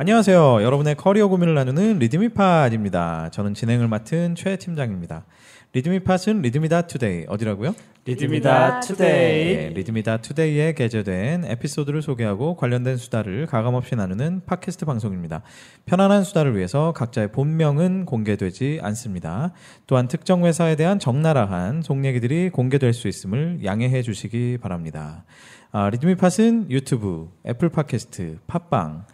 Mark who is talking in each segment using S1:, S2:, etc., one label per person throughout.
S1: 안녕하세요. 여러분의 커리어 고민을 나누는 리드미팟입니다. 저는 진행을 맡은 최 팀장입니다. 리드미팟은 리드미다 투데이 어디라고요?
S2: 리듬이다
S1: 네,
S2: 투데이.
S1: 리드미다 투데이에 게재된 에피소드를 소개하고 관련된 수다를 가감없이 나누는 팟캐스트 방송입니다. 편안한 수다를 위해서 각자의 본명은 공개되지 않습니다. 또한 특정 회사에 대한 적나라한 속 얘기들이 공개될 수 있음을 양해해 주시기 바랍니다. 아, 리드미팟은 유튜브, 애플 팟캐스트, 팟빵,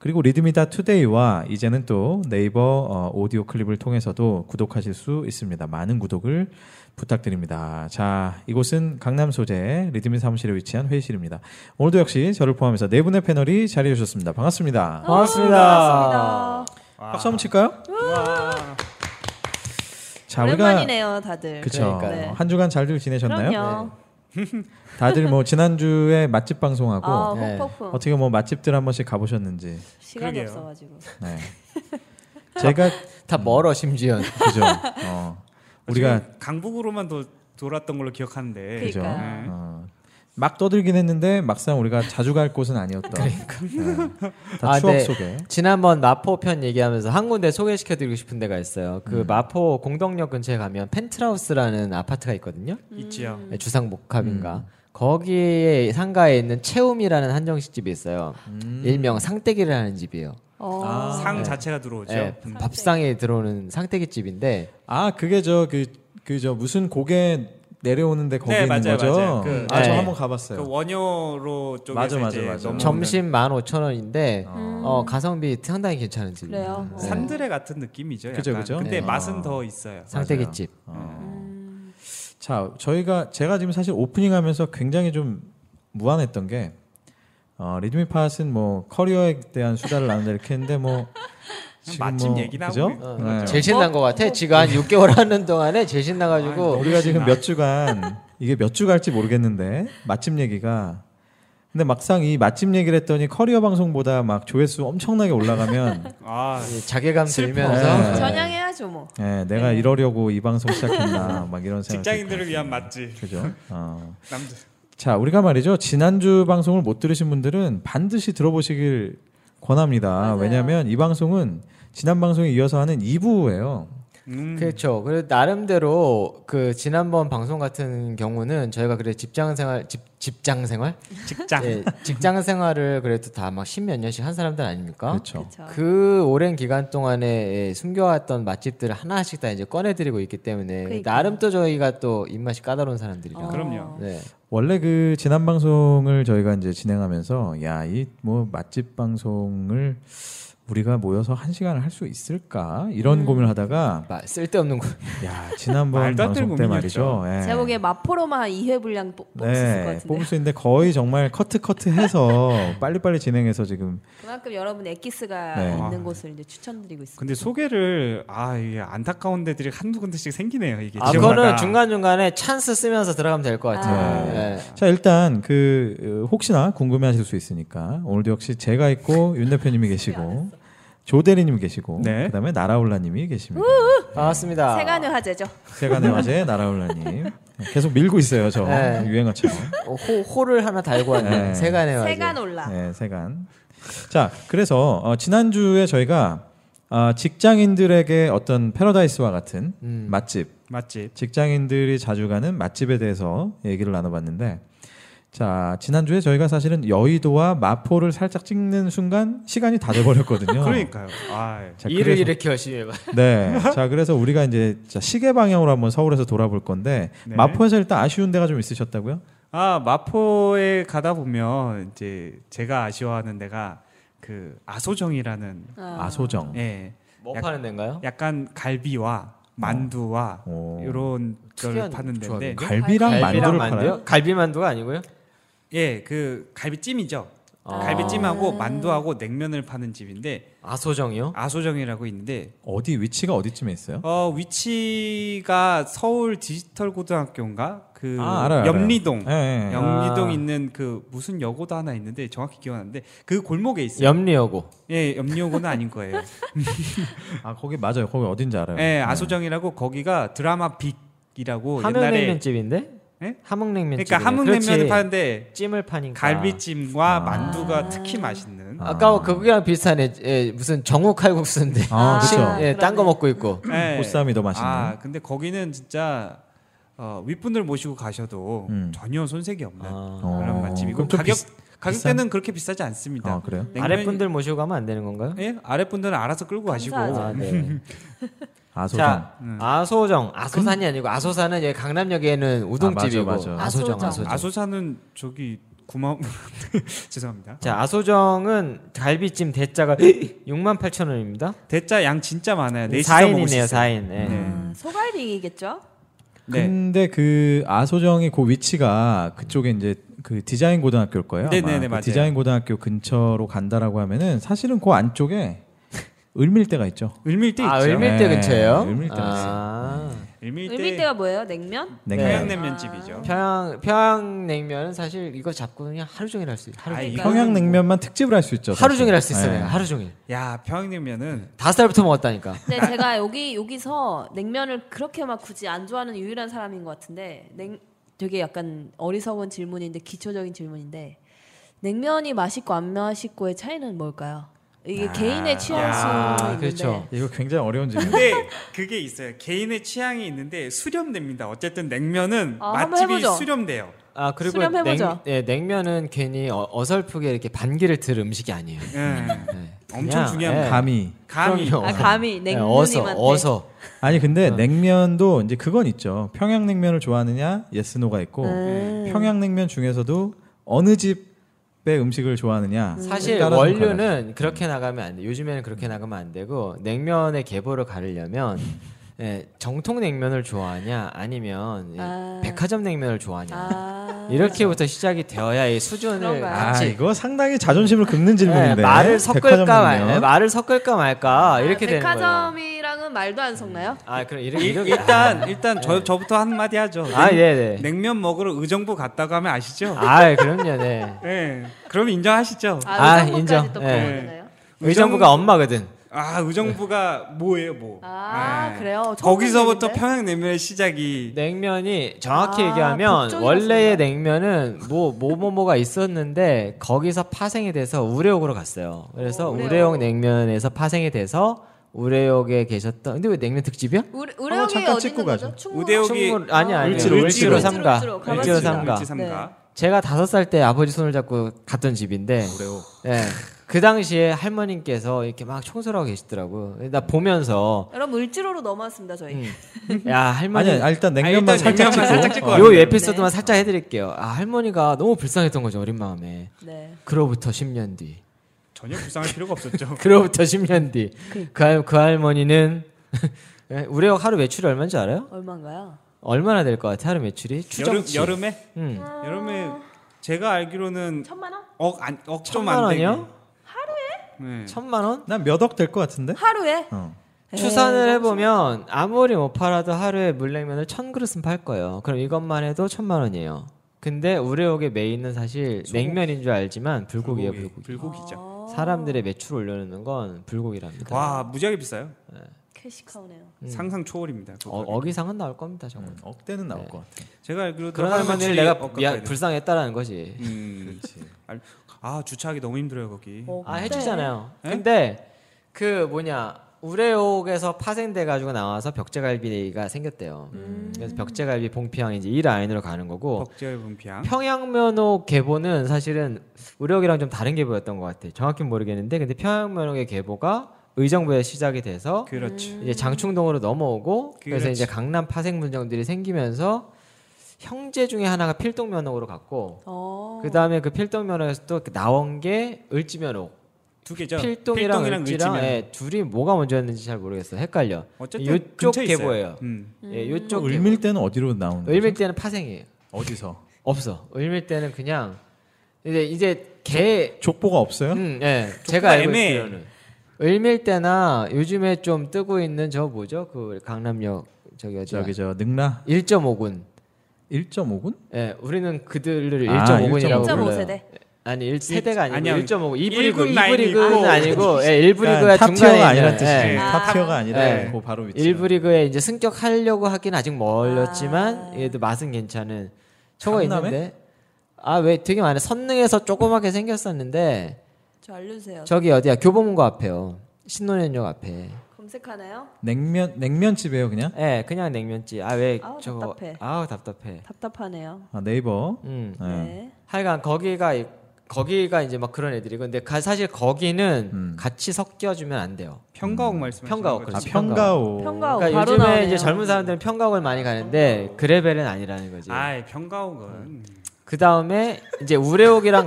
S1: 그리고 리드미다 투데이와 이제는 또 네이버 어, 오디오 클립을 통해서도 구독하실 수 있습니다. 많은 구독을 부탁드립니다. 자, 이곳은 강남 소재 리드미 사무실에 위치한 회의실입니다. 오늘도 역시 저를 포함해서 네 분의 패널이 자리해 주셨습니다. 반갑습니다.
S3: 어?
S2: 반갑습니다.
S3: 반갑습니다.
S1: 박수 한번 칠까요? 자,
S3: 오랜만이네요, 다들.
S1: 그쵸.
S2: 그러니까요.
S1: 한 주간 잘들 지내셨나요?
S3: 그럼요.
S1: 다들 뭐 지난주에 맛집 방송하고
S3: 아,
S2: 네.
S3: 폭폭풍.
S1: 어떻게 뭐 맛집들 한 번씩 가보셨는지.
S3: 시간이
S4: 그러게요.
S3: 없어가지고.
S1: 네. 제가
S2: 다 멀어 심지어.
S1: 그죠. 어. 우리가
S4: 지금 강북으로만 도, 돌았던 걸로 기억하는데
S1: 그죠.
S3: 그러니까요.
S1: 어. 막 떠들긴 했는데 막상 우리가 자주 갈 곳은 아니었던. 그러니까. 다
S2: 아,
S1: 추억
S2: 네.
S1: 속에.
S2: 지난번 마포 편 얘기하면서 한 군데 소개시켜드리고 싶은 데가 있어요. 그 마포 공덕역 근처에 가면 펜트하우스라는 아파트가 있거든요.
S4: 네, 있지요.
S3: 음.
S2: 네, 주상 복합인가. 거기에 상가에 있는 채움이라는 한정식 집이 있어요. 일명 상떼기를 하는 집이에요.
S3: 어.
S4: 아, 상
S1: 네.
S4: 자체가 들어오죠.
S2: 예,
S4: 음.
S2: 밥상에 들어오는 상떼기 집인데
S1: 아 그게 저 그 그 저 무슨 고개 내려오는데 거기
S4: 네,
S1: 있는
S4: 맞아요,
S1: 거죠.
S4: 맞아요. 그-
S1: 아 저
S2: 네.
S1: 한번 가봤어요.
S4: 그 원효로 쪽에서
S1: 맞아, 맞아,
S4: 이제
S1: 맞아.
S4: 넘어오는
S2: 점심 15,000원인데
S3: 음.
S2: 어, 가성비 네. 상당히 괜찮은 집이에요.
S3: 그래요. 어.
S4: 네. 산드레 같은 느낌이죠. 약간.
S1: 그죠, 그죠.
S4: 근데
S1: 네. 아.
S4: 맛은 더 있어요.
S2: 상떼기 집.
S3: 음.
S1: 어. 자, 저희가 제가 지금 사실 오프닝 하면서 굉장히 좀 무안했던 게 어, 리드미 팟은 뭐 커리어에 대한 수다를 나눈다 이렇게 했는데 뭐 지금
S4: 맛집
S1: 뭐,
S4: 얘기나
S1: 그죠?
S4: 하고 있는
S1: 네.
S2: 음. 제일 신난 것 같아. 지금 한 6개월 하는 동안에 제일 신나가지고
S4: 아이고.
S1: 우리가 지금 몇 주간 이게 몇 주 갈지 모르겠는데 맛집 얘기가 근데 막상 이 맛집 얘기를 했더니 커리어 방송보다 막 조회수 엄청나게 올라가면
S4: 아,
S2: 이 자괴감
S1: 네.
S2: 들면서
S3: 전향해야죠, 뭐.
S1: 예, 내가 이러려고 이 방송 시작했나 막 이런 생각
S4: 네. 직장인들을 위한 맛집.
S1: 그죠? 어.
S4: 남들.
S1: 자, 우리가 말이죠. 지난주 방송을 못 들으신 분들은 반드시 들어보시길 권합니다.
S3: 맞아요.
S1: 왜냐하면 이 방송은 지난 방송에 이어서 하는 2부예요.
S4: 음.
S2: 그렇죠. 그리고 나름대로 그 지난번 방송 같은 경우는 저희가 그래 직장 생활 집 직장 생활
S4: 직장.
S1: 네.
S2: 예, 직장 생활을 그래도 다 막 십 몇 년씩 한 사람들 아닙니까?
S4: 그러니까
S1: 그렇죠.
S3: 그쵸.
S2: 그 오랜 기간 동안에 예, 숨겨왔던 맛집들을 하나씩 다 이제 꺼내드리고 있기 때문에
S3: 그러니까요.
S2: 나름 또 저희가 또 입맛이 까다로운 사람들이라.
S3: 어.
S4: 그럼요.
S2: 네.
S1: 원래 그 지난 방송을 저희가 이제 진행하면서 야 이 뭐 맛집 방송을 우리가 모여서 한 시간을 할 수 있을까 이런 고민을 하다가
S2: 막 쓸데없는 거.
S1: 야 지난번
S4: 음. 말도 안
S1: 방송
S4: 되는
S1: 때
S4: 고민이었죠.
S1: 말이죠. 예. 네,
S3: 제가 보기에 마포로만 2회 분량 뽑- 뽑을 수 있을 것 같은데.
S1: 뽑을 수 있는데 거의 정말 커트 커트 해서 빨리빨리 진행해서 지금
S3: 그만큼 여러분 엑기스가
S1: 네.
S4: 아.
S3: 있는 곳을 이제 추천드리고 있습니다.
S4: 근데 소개를 아 이게 안타까운 데들이 한두 군데씩 생기네요. 이게
S2: 아,
S4: 지역마다.
S2: 그거는 중간 중간에 찬스 쓰면서 들어가면 될 것 같아요.
S3: 아.
S2: 네.
S1: 자 일단 그 어, 혹시나 궁금해하실 수 있으니까 오늘도 역시 제가 있고 윤 대표님이 계시고 조 대리님 계시고
S4: 네.
S1: 그다음에 나라올라님이 계십니다.
S2: 반갑습니다.
S3: 세간의 화제죠.
S1: 세간의 화제 나라올라님 계속 밀고 있어요 저
S2: 네.
S1: 유행어처럼.
S2: 어, 호, 호를 하나 달고 왔네.
S1: 네.
S2: 세간에 와서.
S3: 세간 올라.
S1: 네, 세간. 자, 그래서 어, 지난주에 저희가 아, 직장인들에게 어떤 패러다이스와 같은
S2: 음.
S1: 맛집,
S4: 맛집.
S1: 직장인들이 자주 가는 맛집에 대해서 얘기를 나눠봤는데, 자, 지난주에 저희가 사실은 여의도와 마포를 살짝 찍는 순간 시간이 다 돼버렸거든요.
S4: 그러니까요. 아,
S1: 자,
S2: 일을
S1: 그래서-
S2: 이렇게 열심히 해봐.
S1: 네. 자, 그래서 우리가 이제 자, 시계 방향으로 한번 서울에서 돌아볼 건데,
S4: 네.
S1: 마포에서 일단 아쉬운 데가 좀 있으셨다고요?
S4: 아 마포에 가다 보면 이제 제가 아쉬워하는 데가 그 아소정이라는
S3: 아.
S1: 아소정.
S4: 예
S2: 뭐
S4: 약-
S2: 파는 데인가요?
S4: 약간 갈비와 만두와
S1: 오.
S4: 이런 걸
S2: 특이한
S4: 파는 데인데
S2: 조합인데?
S1: 갈비랑, 만두를 팔아요?
S2: 만두요? 갈비만두가 아니고요?
S4: 예그 갈비찜이죠
S2: 아. 어?
S4: 갈비찜하고 만두하고 냉면을 파는 집인데
S2: 아소정이요?
S4: 아소정이라고 있는데
S1: 어디 위치가 어디쯤에 있어요?
S4: 어 위치가 서울 디지털 고등학교인가 그
S1: 아, 알아요, 알아요.
S4: 염리동
S1: 예, 예.
S4: 염리동
S2: 아.
S4: 있는 그 무슨 여고도 하나 있는데 정확히 기억나는데 그 골목에 있어요
S2: 염리여고.
S4: 예 염리여고는 아닌 거예요
S1: 아 거기 맞아요. 거기 어딘지 알아요. 네.
S4: 예, 아소정이라고 거기가 드라마 빅이라고 옛날에
S2: 함흥냉면 집이네?
S4: 예?
S2: 함흥냉면
S4: 그러니까
S2: 집이네. 그러니까.
S4: 함흥냉면을
S2: 그렇지.
S4: 파는데
S2: 찜을 파니까.
S4: 갈비찜과
S1: 아.
S4: 만두가 특히 맛있는
S1: 아.
S2: 아까 뭐 그거랑 비슷한 애, 예, 무슨 정우 칼국수인데
S1: 아,
S3: 그쵸.
S2: 예, 딴 거 먹고 있고
S4: 네.
S1: 보쌈이 더 맛있는.
S4: 아 근데 거기는 진짜 어, 윗분들 모시고 가셔도
S1: 음.
S4: 전혀 손색이 없는
S2: 아.
S1: 어.
S4: 그런 맛집이고
S1: 그럼 좀
S4: 가격 가격대는 그렇게 비싸지 않습니다.
S1: 아, 그래요?
S4: 냉면이-
S2: 아랫분들 모시고 가면 안 되는 건가요?
S4: 예 아랫분들은 알아서 끌고 가시고
S3: 감사하죠.
S2: 아, 네.
S1: 아소정.
S2: 자, 아소정. 아소산이 아니고 아소산은 여기 강남역에는 우동집이고
S1: 아, 맞아, 맞아.
S2: 소정
S3: 아소정.
S2: 아소정.
S4: 아소사는 저기 구마 죄송합니다.
S2: 자, 아소정은 갈비찜 대짜가 68,000원입니다.
S4: 대짜 양 진짜 많아요. 넷이서 먹을 수
S2: 4인이네요,
S4: 있어요.
S2: 4인. 네.
S4: 네.
S3: 아, 소갈비겠죠?
S4: 네.
S1: 근데 그 아소정이 그 위치가 그쪽에 이제 그 디자인 고등학교일 거예요. 아마.
S4: 네네네,
S1: 그
S4: 맞아요.
S1: 디자인 고등학교 근처로 간다라고 하면은 사실은 그 안쪽에 을밀대가 있죠.
S4: 을밀대
S2: 아,
S4: 있죠.
S2: 을밀대
S1: 네,
S2: 근처예요?
S1: 을밀대가
S2: 아.
S4: 을밀대,
S3: 을밀대가 뭐예요? 아. 냉면?
S1: 냉면.
S2: 네.
S4: 평양냉면집이죠.
S2: 평양 평양냉면은 사실 이거 잡고 그냥 하루 종일 할 수 있어요. 하루
S4: 아,
S2: 종일.
S4: 이거-
S1: 평양냉면만 특집을 할 수 있죠.
S2: 하루
S1: 사실.
S2: 종일 할 수 있어요.
S1: 네.
S2: 내가. 하루 종일.
S4: 야 평양냉면은
S2: 다섯 살부터 먹었다니까.
S3: 근데 제가 여기 여기서 냉면을 그렇게 막 굳이 안 좋아하는 유일한 사람인 것 같은데 냉 되게 약간 어리석은 질문인데 기초적인 질문인데 냉면이 맛있고 안 맛있고의 차이는 뭘까요? 이게
S1: 아,
S3: 개인의 취향
S4: 야,
S3: 수인데
S2: 그렇죠.
S1: 네. 이거 굉장히 어려운 질문.
S4: 근데 그게 있어요. 개인의 취향이 있는데 수렴됩니다. 어쨌든 냉면은
S3: 아, 한번
S4: 맛집이
S3: 해보죠.
S4: 수렴돼요.
S2: 아, 그리고 냉,
S3: 수렴해보죠.
S2: 예, 냉면은 괜히 어, 설프게 이렇게 반기를 들 음식이 아니에요.
S4: 예.
S2: 네.
S4: 엄청
S2: 그냥,
S4: 중요한
S2: 예.
S1: 감이.
S4: 감이
S2: 그럼요.
S3: 아 감히
S2: 네,
S3: 냉면님한테
S2: 어서 어서
S1: 아니 근데 냉면도 이제 그건 있죠. 평양냉면을 좋아하느냐 예스노가 있고
S3: 음.
S1: 평양냉면 중에서도 어느 집의 음식을 좋아하느냐
S2: 사실
S1: 따라서
S2: 원료는 그렇게 나가면 안 돼. 요즘에는 그렇게 나가면 안 되고 냉면의 계보를 가르려면 예, 정통 냉면을 좋아하냐 아니면 예,
S3: 아.
S2: 백화점 냉면을 좋아하냐
S3: 아,
S2: 이렇게부터 시작이 되어야 이 수준을
S3: 그런가요?
S1: 아,
S2: 같이
S1: 이거 상당히 자존심을 긁는
S2: 예,
S1: 질문인데
S2: 말을 섞을까
S1: 백화점
S2: 말,
S1: 냉면.
S2: 예, 말을 섞을까
S3: 아,
S2: 말까 아, 이렇게 되는 거예요.
S3: 백화점이랑은 말도 안 섞나요?
S2: 아 그럼 이렇게
S4: 일-
S2: 이렇게 네.
S4: 일단 일단 저 저부터 한 마디 하죠.
S2: 아 예네.
S4: 냉면 먹으러 의정부 갔다고 하면 아시죠?
S2: 아 그럼요 네.
S4: 예. 그럼 인정하시죠.
S3: 아,
S2: 아,
S3: 의정부까지
S2: 인정.
S3: 또
S2: 예.
S3: 가야 요
S2: 의정부가 엄마거든.
S4: 아 의정부가 뭐예요 뭐?
S3: 아,
S4: 예.
S3: 그래요? 처음
S4: 거기서부터
S3: 듣는데?
S4: 평양냉면의 시작이
S2: 냉면이 정확히
S3: 아,
S2: 얘기하면
S3: 법정이
S2: 원래의 냉면은 뭐 뭐뭐뭐가 있었는데 거기서 파생이 돼서 우레옥으로 갔어요. 그래서
S3: 오, 우레옥.
S2: 우레옥 냉면에서 파생이 돼서 우레옥에 계셨던 근데 왜 냉면 특집이야?
S3: 우리
S1: 한번
S3: 우리
S1: 잠깐
S3: 여기
S1: 찍고
S3: 어디는
S1: 가죠.
S3: 거죠? 충무
S4: 우대옥- 여기-
S2: 충무 아니 아니
S4: 을지로,
S2: 을지로,
S4: 을지로.
S2: 삼가
S3: 을지로, 을지로
S2: 을지로
S3: 가봤습니다.
S2: 삼가
S4: 을지 삼가.
S3: 네.
S2: 제가 다섯 살 때 아버지 손을 잡고 갔던 집인데
S1: 그래요.
S2: 예. 그 당시에 할머님께서 이렇게 막 청소를 하고 계시더라고. 나 보면서
S3: 여러분 을지로로 넘어왔습니다 저희.
S2: 음, 야 할머니
S1: 아니 아, 일단 냉면만
S4: 아, 일단
S1: 살짝
S4: 냉면만 살짝
S1: 찍고
S4: 찍고
S1: 어.
S2: 요 에피소드만 살짝 해드릴게요. 아 할머니가 너무 불쌍했던 거죠 어린 마음에.
S3: 네.
S2: 그로부터 10년 뒤.
S4: 전혀 불쌍할 필요가 없었죠.
S2: 그로부터 10년 뒤. 그, 할, 그 할머니는 우리역 하루 매출이 얼마인지 알아요?
S3: 얼마인가요?
S2: 얼마나 될 것 같아 하루 매출이? 추정치.
S4: 여름 에
S2: 음.
S4: 여름에 제가 알기로는
S3: 천만 원?
S4: 억안억좀안
S2: 천만
S4: 되게.
S2: 원이요?
S4: 네.
S2: 천만 원?
S1: 난몇 억 될 것 같은데?
S3: 하루에?
S1: 어.
S2: 추산을 해보면 아무리 못 팔아도 하루에 물냉면을 천 그릇은 팔 거예요. 그럼 이것만 해도 천만 원이에요. 근데 우리역의 메인은 사실 냉면인 줄 알지만 불고기예요, 불고기.
S4: 불고기죠.
S3: 아,
S2: 사람들의 매출 올려놓는 건 불고기랍니다. 어,
S4: 와 무지하게 비싸요.
S3: 캐시카우네요.
S4: 상상 초월입니다. 그거.
S2: 음. 어, 어기상은 네. 나올 겁니다,
S1: 음.
S2: 정말.
S1: 억대는 나올 것 같아.
S4: 제가 알기로는
S2: 그런 할머니를
S4: 할머니를
S2: 내가
S4: 억 가까이
S2: 미안,
S4: 돼요.
S2: 불쌍했다라는 거지.
S4: 음. 알- 아 주차하기 너무 힘들어요 거기.
S3: 어,
S2: 아
S3: 그때
S2: 해주잖아요.
S4: 네?
S2: 근데 그 뭐냐 우레옥에서 파생돼 가지고 나와서 벽제갈비가
S3: 음.
S2: 생겼대요. 음, 그래서 벽제갈비 봉피향 이제 이 라인으로 가는 거고
S4: 벅지열 분피양.
S2: 평양면옥 계보는 사실은 우레옥이랑 좀 다른 계보였던 것 같아. 정확히 는 모르겠는데 근데 평양면옥의 계보가 의정부에 시작이 돼서
S4: 그렇지.
S2: 이제 장충동으로 넘어오고 그래서
S4: 음. 그렇지.
S2: 이제 강남 파생 분정들이 생기면서 형제 중에 하나가 필동면옥으로 갔고
S3: 어.
S2: 그 다음에 그 필동면옥에서 또 나온 게 을지면옥.
S4: 두 개죠.
S2: 음. 필동이랑, 을지랑
S4: 을지면.
S2: 예, 둘이 뭐가 먼저였는지 잘 모르겠어요. 헷갈려.
S4: 어쨌든
S2: 요쪽
S4: 근처에 있어요.
S2: 계보예요.
S4: 음.
S2: 예, 요쪽 을밀
S1: 을밀대는 어디로 나오는 거죠?
S2: 을밀 때는 파생이에요.
S1: 어디서?
S2: 없어. 을밀 때는 그냥 이제 이제 개
S1: 족보가 없어요?
S2: 음, 예. 제가 알고
S4: 애매해.
S2: 있기로는 을밀 때나 요즘에 좀 뜨고 있는 저 뭐죠? 그 강남역 저기 어디
S1: 저기 저 능라
S2: 1.5군.
S1: 1.5군?
S2: 예, 우리는 그들을
S1: 아, 1.5
S2: 1.5군이라고 불러요.
S3: 1.5세대.
S2: 아니 1, 세대가 아니고
S4: 아니야.
S2: 1.5고 2부
S4: 일군
S2: 리그 2부
S4: 라인이
S2: 리그는
S4: 있고.
S2: 아니고 예, 1부 리그가
S1: 그러니까
S2: 중간에
S1: 탑티어가 아니란 뜻이지.
S2: 예,
S4: 예.
S1: 탑티어가 아니라
S2: 예.
S1: 그 바로 위치.
S2: 1부 리그에 이제 승격하려고 하긴 아직
S3: 아.
S2: 멀었지만 얘도 맛은 괜찮은 초가
S1: 강남에?
S2: 있는데 아 왜 되게 많아 선릉에서 조그맣게 생겼었는데
S3: 저 알려주세요.
S2: 저기 어디야? 교보문고 앞에요. 신논현역 앞에.
S3: 검색하나요?
S1: 냉면 냉면집이에요 그냥
S2: 예, 그냥 냉면집. 아, 왜
S3: 아우,
S2: 저거
S3: 답답해.
S2: 아우 답답해.
S3: 답답하네요.
S1: 아, 네이버
S2: 음.
S1: 네.
S3: 네.
S2: 하여간 거기가 이- 거기가 이제 막 그런 애들이고 근데 가- 사실 거기는
S1: 음.
S2: 같이 섞여 주면 안 돼요.
S4: 평가옥 말씀하시는
S2: 음. 평가옥,
S1: 아
S4: 거죠.
S2: 그렇지.
S1: 평가오
S3: 평가옥.
S2: 그러니까
S3: 어, 바로
S2: 요즘에
S3: 나오네요. 어.
S2: 이제 젊은 사람들은 평가옥을 많이 가는데 그 레벨은 아니라는 거지.
S4: 아, 평가옥은
S2: 그 다음에 이제 우레옥이랑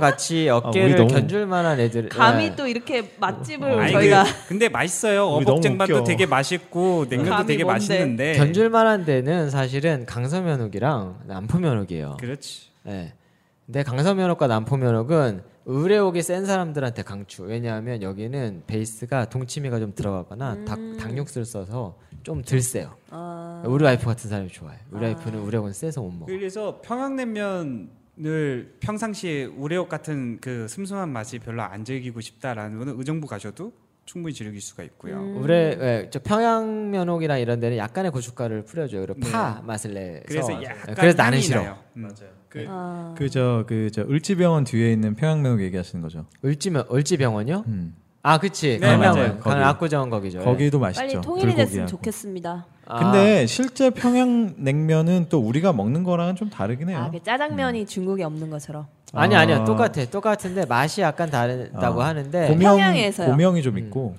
S2: 같이
S1: 아,
S2: 어깨를
S1: 우리 너무-
S2: 견줄 만한 애들.
S3: 감히
S2: 예.
S3: 또 이렇게 맛집을
S1: 어.
S4: 아니,
S3: 음, 저희가
S4: 그- 근데 맛있어요.
S1: 우리 너무
S4: 어복쟁반도
S1: 웃겨.
S4: 되게 맛있고 냉면도
S3: 감이
S4: 되게
S3: 뭔데?
S4: 맛있는데
S1: 네.
S2: 견줄 만한 데는 사실은 강서면옥이랑 남포면옥이에요.
S4: 그렇지.
S2: 예. 근데 강서면옥과 남포면옥은 의뢰옥이 센 사람들한테 강추. 왜냐하면 여기는 베이스가 동치미가 좀 들어가거나 닭, 닭육수를 써서 음. 좀 덜 세요. 우리 와이프 같은 사람이 좋아해. 우리 와이프는 의뢰옥은 세서 못 먹어.
S4: 그래서 평양냉면을 평상시에 우레옥 같은 그 슴슴한 맛이 별로 안 즐기고 싶다라는 분은 의정부 가셔도 충분히 즐길 수가 있고요.
S3: 음.
S2: 우리 예, 저 평양면옥이나 이런 데는 약간의 고춧가루를 뿌려줘요. 그리고 파 맛을 내서.
S4: 그래서
S2: 예,
S4: 약간
S2: 그래서 나는
S4: 향이
S2: 싫어.
S4: 나요. 음.
S3: 아,
S1: 그저 그저 을지병원 뒤에 있는 평양면옥 얘기하시는 거죠.
S2: 을지면 을지병원요?
S1: 음.
S2: 아, 그치.
S4: 네,
S1: 맞아요.
S2: 강남은
S1: 거기.
S2: 강남 압구정원 거기죠. 예.
S1: 거기도
S3: 빨리
S1: 맛있죠.
S3: 통일이 됐으면
S1: 불고기하고.
S3: 좋겠습니다.
S2: 아,
S1: 근데 실제 평양 냉면은 또 우리가 먹는 거랑은 좀 다르긴 해요.
S3: 아, 그 짜장면이 중국에 없는 것처럼.
S2: 아니 아니야
S1: 아.
S2: 똑같아 똑같은데 맛이 약간 다르다고
S1: 아.
S2: 하는데
S1: 고명,
S3: 평양에서요.
S1: 고명이 좀 있고.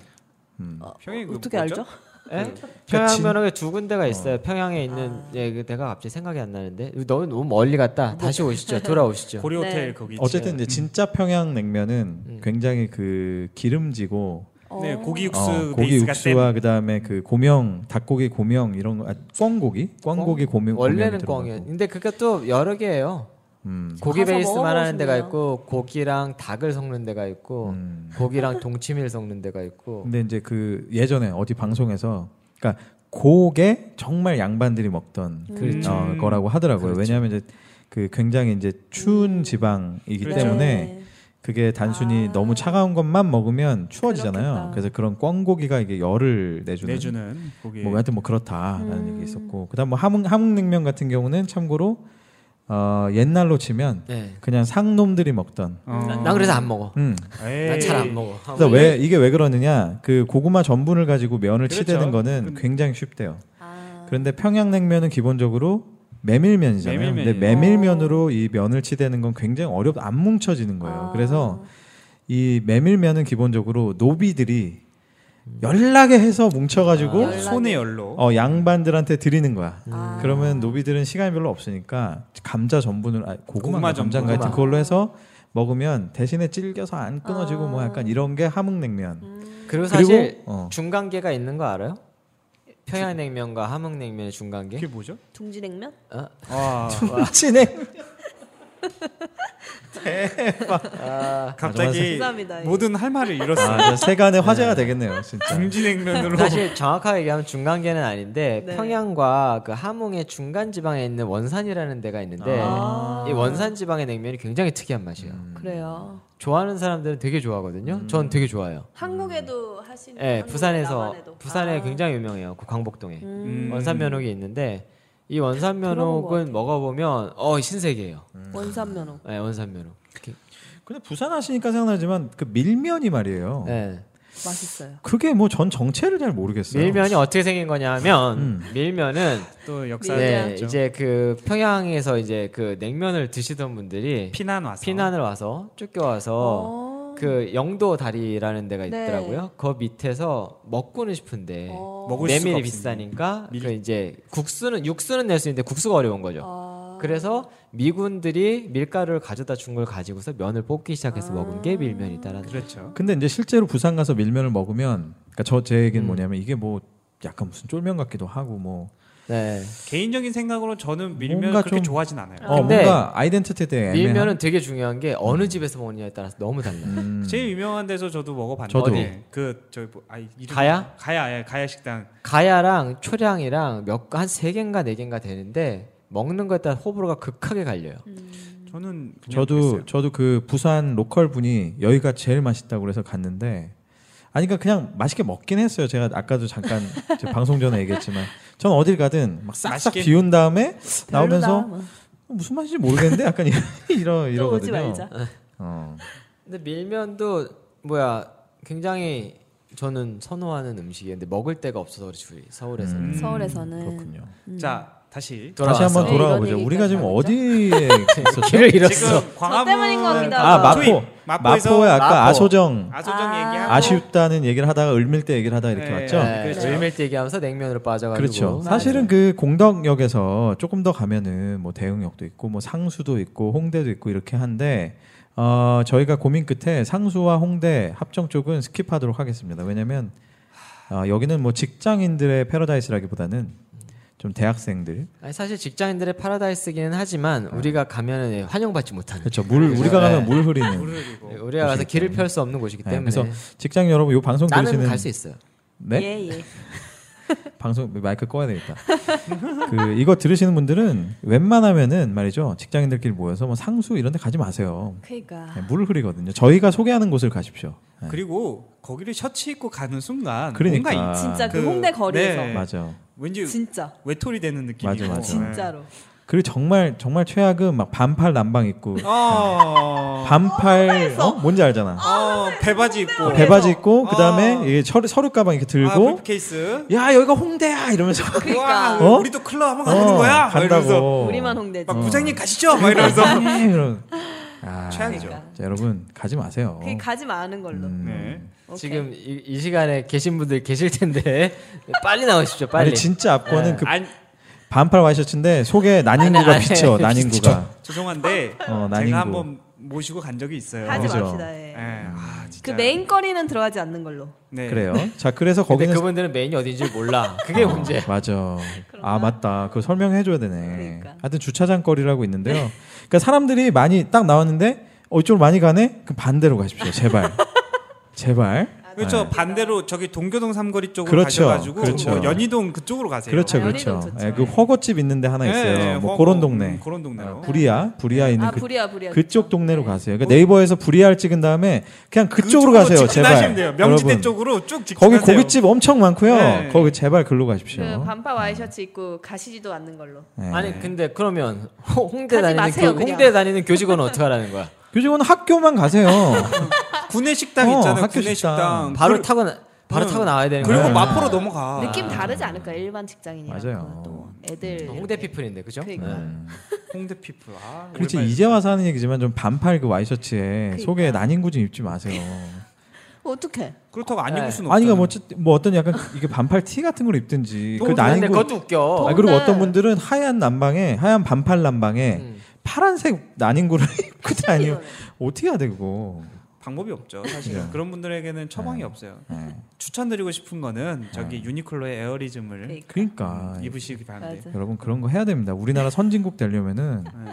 S1: 음.
S4: 평양이 그
S3: 어떻게
S4: 뭐죠?
S3: 알죠?
S2: 예?
S1: 진-
S2: 평양면허에 두 군데가 있어요. 평양에 있는
S3: 아.
S2: 예, 그 내가 갑자기 생각이 안 나는데 너무 너무 멀리 갔다. 다시 오시죠. 돌아오시죠.
S4: 고려
S3: 네.
S4: 호텔 거기 있지.
S1: 어쨌든 이제 진짜 평양 냉면은
S2: 음.
S1: 굉장히 그 기름지고
S4: 네,
S3: 어.
S4: 고기 육수
S1: 어, 고기
S4: 베이스가
S1: 육수와 그다음에 그 고명 닭고기 고명 이런 거 아, 꿩고기 꿩고기 고명 고명이
S2: 원래는
S1: 들어가고.
S2: 꽝이에요. 근데 그게 또 여러 개예요.
S1: 음.
S2: 고기
S3: 가서
S2: 베이스만 하는 데가
S3: 먹어보시네요.
S2: 있고 고기랑 닭을 섞는 데가 있고
S1: 음.
S2: 고기랑 동치미를 섞는 데가 있고
S1: 근데 이제 그 예전에 어디 방송에서 그러니까 고게 정말 양반들이 먹던
S4: 그렇죠.
S1: 어, 거라고 하더라고요.
S2: 그렇죠.
S1: 왜냐하면 이제 그 굉장히 이제 추운 지방이기
S4: 그렇죠.
S1: 때문에
S3: 네.
S1: 그게 단순히
S3: 아.
S1: 너무 차가운 것만 먹으면
S3: 그렇겠다.
S1: 추워지잖아요. 그래서 그런 꿩고기가 이게 열을 내주는
S4: 내주는 거기.
S1: 뭐 하여튼 뭐 그렇다라는
S3: 음.
S1: 얘기 있었고 그다음 뭐 함흥 함흥냉면 같은 경우는 참고로 어, 옛날로 치면
S2: 네.
S1: 그냥 상놈들이 먹던
S4: 어.
S2: 난, 난 그래서 안 먹어.
S1: 음.
S4: 네.
S2: 난 잘 안 먹어.
S4: 아,
S1: 그래서 왜 이게 왜 그러느냐 그 고구마 전분을 가지고 면을
S4: 그렇죠.
S1: 치대는 거는
S4: 근데-
S1: 굉장히 쉽대요.
S3: 아,
S1: 그런데 평양냉면은 기본적으로 메밀면이잖아요.
S4: 메밀면이에요.
S1: 근데 메밀면으로 이 면을 치대는 건 굉장히 어렵 안 뭉쳐지는 거예요.
S3: 아.
S1: 그래서 이 메밀면은 기본적으로 노비들이 연락에 해서 뭉쳐가지고
S3: 아.
S4: 손의 열로.
S1: 어, 양반들한테 드리는 거야.
S3: 아.
S1: 그러면 노비들은 시간이 별로 없으니까 감자 전분을 아, 고구마,
S4: 고구마
S1: 감자
S4: 전분.
S1: 같은
S4: 고구마.
S1: 그걸로 해서 먹으면 대신에 찔겨서 안 끊어지고 뭐 약간 이런 게 함흥냉면.
S2: 아. 그리고 사실
S1: 그리고, 어.
S2: 중간계가 있는 거 알아요? 평양냉면과 함흥냉면의 중간계?
S4: 그게 뭐죠?
S3: 둥지냉면?
S2: 어?
S4: 아,
S1: 진행.
S4: 갑자기
S3: 죄송합니다. 예.
S4: 모든 할 말을 잃었어.
S1: 아, 세간의 화제가 되겠네요, 음. 진짜.
S4: 중지냉면으로.
S2: 사실 정확하게 얘기하면 중간계는 아닌데
S3: 네.
S2: 평양과 그 함흥의 중간 지방에 있는 원산이라는 데가 있는데
S3: 아.
S2: 이 원산 지방의 냉면이 굉장히 특이한 맛이에요.
S3: 음. 그래요.
S2: 좋아하는 사람들은 되게 좋아하거든요. 전 되게 좋아해요.
S3: 음. 한국에도 아. 하시는.
S2: 예, 부산에서 부산에 굉장히 유명해요. 그 광복동에
S4: 음.
S2: 원산 면옥이 있는데 이 원산
S3: 들어본 것
S2: 면옥은 먹어보면 어 신세계예요.
S3: 음. 원산면옥.
S2: 예, 원산 면옥.
S1: 근데 부산 하시니까 생각나지만 그 밀면이 말이에요.
S2: 예.
S3: 맛있어요.
S1: 네. 그게 뭐 전 정체를 잘 모르겠어요.
S2: 밀면이 어떻게 생긴 거냐면
S1: 음.
S2: 밀면은
S4: 또 역사.
S2: 네,
S4: 죠
S2: 이제 그 평양에서 이제 그 냉면을 드시던 분들이
S4: 피난 와서.
S2: 피난을 와서 쫓겨와서
S3: 어.
S2: 그 영도 다리라는 데가
S3: 네.
S2: 있더라고요. 그 밑에서 예, 먹고는 싶은데
S3: 어.
S4: 먹을 수가
S2: 메밀이
S4: 없으니.
S2: 비싸니까
S4: 밀-
S2: 그 이제 국수는 육수는 낼 수 있는데 국수가 어려운 거죠.
S3: 아.
S2: 그래서 미군들이 밀가루를 가져다 준 걸 가지고서 면을 뽑기 시작해서 먹은
S3: 아.
S2: 게 밀면이다라는 거죠.
S4: 그렇죠.
S1: 근데 이제 실제로 부산 가서 밀면을 먹으면 그러니까 저 제 얘기는 뭐냐면 이게 뭐 약간 무슨 쫄면 같기도 하고 뭐
S2: 네.
S4: 개인적인 생각으로 저는 밀면
S1: 뭔가
S4: 그렇게
S1: 좀-
S4: 좋아하진 않아요.
S1: 어,
S2: 근데
S1: 뭔가 아이덴티티에
S4: 네,
S1: 대해 애매한
S2: 밀면은 되게 중요한 게
S4: 음.
S2: 어느 집에서 먹느냐에 따라서 너무 달라요.
S1: 음.
S4: 제일 유명한 데서 저도 먹어봤는데
S1: 저도.
S4: 어디? 그 저기 뭐, 아, 이름이-
S2: 가야?
S4: 가야 예, 가야 식당
S2: 가야랑 초량이랑 몇 한 세 개인가 네 개인가 되는데 먹는 거에 따라 호불호가 극하게 갈려요.
S4: 저는 그냥
S1: 저도
S4: 그랬어요.
S1: 저도 그 부산 로컬 분이 여기가 제일 맛있다고 그래서 갔는데 아니 그러니까 그냥 맛있게 먹긴 했어요. 제가 아까도 잠깐 제 방송 전에 얘기했지만 전 어딜 가든 막 싹싹
S4: 맛있게?
S1: 비운 다음에
S3: 별로다,
S1: 나오면서
S3: 뭐.
S1: 무슨 맛인지 모르겠는데 약간 이러
S3: 또 오지
S1: 이러거든요.
S3: 말자.
S1: 어.
S2: 근데 밀면도 뭐야 굉장히 저는 선호하는 음식이었는데 먹을 데가 없어서 그렇지 서울에서는 네.
S1: 음,
S3: 서울에서는.
S1: 그렇군요.
S4: 자 다시
S1: 다시 한번
S2: 돌아와서.
S1: 돌아와
S3: 이런
S1: 보죠.
S3: 얘기까지
S1: 우리가 지금
S3: 하죠?
S1: 어디에 있었죠?
S2: 길을 잃었어.
S4: 지금
S3: 저 때문인 것
S4: 광화문
S3: 같기도
S1: 아
S3: 하고.
S1: 마포.
S4: 수입, 마포에서
S1: 마포에 아까
S2: 마포.
S1: 아소정
S4: 아소정
S3: 아.
S4: 얘기하고
S1: 아쉽다는 얘기를 하다가 을밀 때 얘기를 하다 이렇게
S4: 네.
S1: 왔죠.
S2: 네,
S4: 그렇죠.
S2: 을밀 얘기하면서 냉면으로 빠져가지고 네.
S1: 그렇죠. 사실은 그 공덕역에서 조금 더 가면은 뭐 대흥역도 있고 뭐 상수도 있고 홍대도 있고 이렇게 한데 어, 저희가 고민 끝에 상수와 홍대 합정 쪽은 스킵하도록 하겠습니다. 왜냐면 아, 여기는 뭐 직장인들의 패러다이스라기보다는 좀 대학생들
S2: 아니, 사실 직장인들의 파라다이스기는 하지만 우리가 가면은 환영받지 못하는
S1: 네.
S2: 네,
S1: 그렇죠. 물 우리가 가면 물 흐리는
S4: 물을 이고
S2: 우리가 가서 길을 펼 수 없는 곳이기
S1: 네,
S2: 때문에
S1: 그래서 직장 여러분 요 방송
S2: 나는
S1: 들으시는
S2: 갈 수 있어요.
S1: 네?
S3: 예, 예.
S1: 방송 마이크 꺼야 되겠다. 그 이거 들으시는 분들은 웬만하면은 말이죠 직장인들끼리 모여서 뭐 상수 이런 데 가지 마세요.
S3: 그러니까.
S1: 네, 물 흐리거든요. 저희가 소개하는 곳을 가십시오. 네.
S4: 그리고 거기를 셔츠 입고 가는 순간
S1: 그러니까.
S4: 뭔가 있-
S3: 진짜 그
S4: 그-
S3: 홍대 거리에서.
S4: 네. 어,
S1: 맞아.
S4: 왠지
S3: 진짜.
S4: 외톨이 되는 느낌이고 네.
S1: 맞아, 맞아.
S3: 진짜로.
S1: 그리고 정말 정말 최악은 막 반팔 남방 입고
S4: 어,
S1: 반팔 어? 뭔지 알잖아. 그
S4: 어, 배바지 입고
S1: 배바지 입고
S4: 아.
S1: 그다음에 이게 서류, 서류 가방 이렇게
S4: 아,
S1: 들고
S4: 브리프 케이스
S1: 야 여기가 홍대야 이러면서
S3: 그러니까.
S1: 어?
S4: 우리도 클럽 한번 가는 거야 막 이러면서
S1: 간다고.
S3: 우리만 홍대지.
S4: 막 부장님 가시죠 막 이러면서
S1: 네, 이런. 아,
S4: 최악이죠
S3: 그러니까.
S1: 자, 여러분 가지 마세요.
S3: 그 가지 마는 걸로.
S1: 음.
S4: 네.
S3: 오케이.
S2: 지금 이, 이 시간에 계신 분들 계실 텐데 빨리 나오십시오. 빨리. 네.
S1: 아니 진짜 압권은 그
S4: 아니
S1: 반팔 와이셔츠인데 속에 난인구가
S2: 아니,
S1: 비쳐
S2: 아니,
S1: 난인구가
S4: 죄송한데
S1: 어, 난인구.
S4: 제가 한번 모시고 간 적이 있어요
S3: 가지
S1: 그죠.
S3: 맙시다.
S4: 예.
S3: 예.
S4: 아, 진짜.
S3: 그 메인 거리는 들어가지 않는 걸로.
S4: 네.
S1: 음. 그래요. 자 그래서
S2: 근데
S1: 거기는
S2: 그분들은 메인이 어딘지 몰라. 그게
S1: 어,
S2: 문제.
S1: 맞아. 아 맞다. 그거 설명해 줘야 되네.
S3: 그러니까. 네.
S1: 하여튼 주차장 거리라고 있는데요. 그러니까 사람들이 많이 딱 나왔는데 어 이쪽으로 많이 가네. 그 반대로 가십시오. 제발. 제발.
S3: 아,
S4: 그렇죠
S1: 네.
S4: 반대로 저기 동교동 삼거리 쪽으로
S1: 그렇죠.
S4: 가셔가지고
S1: 그렇죠.
S4: 뭐 연희동 그쪽으로 가세요 네.
S1: 그렇죠,
S3: 아,
S1: 그렇죠.
S3: 여기도 좋죠.
S1: 예, 그 허거집 있는데 하나 있어요. 뭐
S4: 허-
S1: 그런
S4: 음,
S1: 동네.
S4: 그런 동네로
S1: 어, 부리야, 부리야 있는
S3: 아
S1: 그,
S3: 부리야 부리야.
S1: 그쪽 동네로 가세요. 그러니까 네이버에서 부리야를 찍은 다음에 그냥 그쪽으로 가세요. 제발.
S4: 직진하시면 돼요. 명지대
S1: 여러분.
S4: 쪽으로 쭉
S1: 거기
S4: 직진하세요.
S1: 고깃집 엄청 많고요.
S4: 네.
S1: 거기 제발 글로 가십시오.
S3: 그 반팔 와이셔츠 입고 가시지도 않는 걸로.
S1: 네.
S2: 아니 근데 그러면 홍- 홍대
S3: 가지
S2: 다니는
S3: 마세요,
S2: 교,
S3: 그냥.
S2: 홍대 다니는 교직원은 어떻게 하라는 거야?
S1: 교직원 학교만 가세요.
S4: 구내 식당
S1: 어,
S4: 있잖아요.
S1: 학교 식당. 네.
S4: 구내 식당.
S2: 바로
S4: 그리고-
S2: 타고 나, 바로
S4: 음.
S2: 타고 나와야 되는
S4: 그리고
S2: 거야.
S4: 마포로
S2: 아.
S4: 넘어가.
S3: 느낌 다르지 않을까 일반 직장인이랑.
S1: 맞아요. 음.
S3: 또 애들.
S2: 네. 홍대 피플인데 그죠? 네.
S3: 그러니까.
S4: 홍대 피플. 아,
S1: 그렇지
S4: 오랜만에.
S1: 이제 와서 하는 얘기지만 좀 반팔 그 와이셔츠에
S3: 그러니까.
S1: 속에 난인구 좀 입지 마세요.
S3: 어떻게?
S4: 그렇다고 안 입을 수는 없어.
S1: 아니 그러니까 뭐, 어쨌든- 뭐 어떤 약간 이게 반팔 티 같은 걸 입든지 그
S2: 그 근데
S1: 난인구
S2: 그것도 웃겨.
S1: 아 그리고
S3: 네.
S1: 어떤 분들은 하얀 난방에 하얀 반팔 난방에
S2: 음.
S1: 파란색 난인구를 입고 다니면 어떻게 해야 돼 그거?
S4: 방법이 없죠. 사실은
S1: 뭐 네.
S4: 그런 분들에게는 처방이 없어요.
S1: 네.
S4: 추천드리고 싶은 거는 저기 유니클로의 에어리즘을
S2: 네.
S3: 그러니까.
S2: 음,
S1: 그러니까
S4: 입으시기 바랍니다.
S3: 맞아.
S1: 여러분 그런 거 해야 됩니다. 우리나라
S2: 네.
S1: 선진국 되려면은
S4: 네.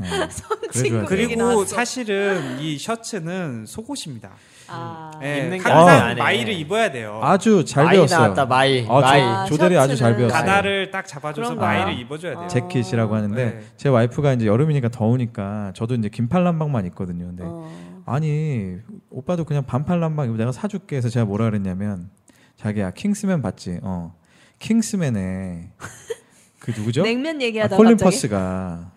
S1: 네.
S3: 친구
S1: 그래가지고.
S3: 얘기
S4: 그리고
S3: 나왔어.
S4: 사실은 이 셔츠는 속옷입니다.
S3: 아.
S1: 음.
S4: 예,
S2: 입는 게
S1: 아니라
S4: 항상
S2: 안에.
S4: 마이를 입어야 돼요.
S1: 아주 잘
S2: 마이
S1: 배웠어요.
S2: 나왔다, 마이,
S1: 아,
S2: 마이.
S1: 조- 조대리 아주 잘
S3: 셔츠는
S1: 배웠어요.
S4: 가다를 딱 잡아줘서
S3: 그런가?
S4: 마이를 입어줘야 돼요.
S3: 아.
S1: 재킷이라고 하는데
S4: 네.
S1: 제 와이프가 이제 여름이니까 더우니까 저도 이제 긴팔 남방만 입거든요. 근데
S3: 어.
S1: 아니 오빠도 그냥 반팔 남방 입고 내가 사줄게 해서 제가 뭐라 그랬냐면 자기야 킹스맨 봤지? 어 킹스맨에 그 누구죠?
S3: 냉면
S1: 아,
S3: 얘기하다
S1: 콜린
S3: 갑자기.
S1: 퍼스가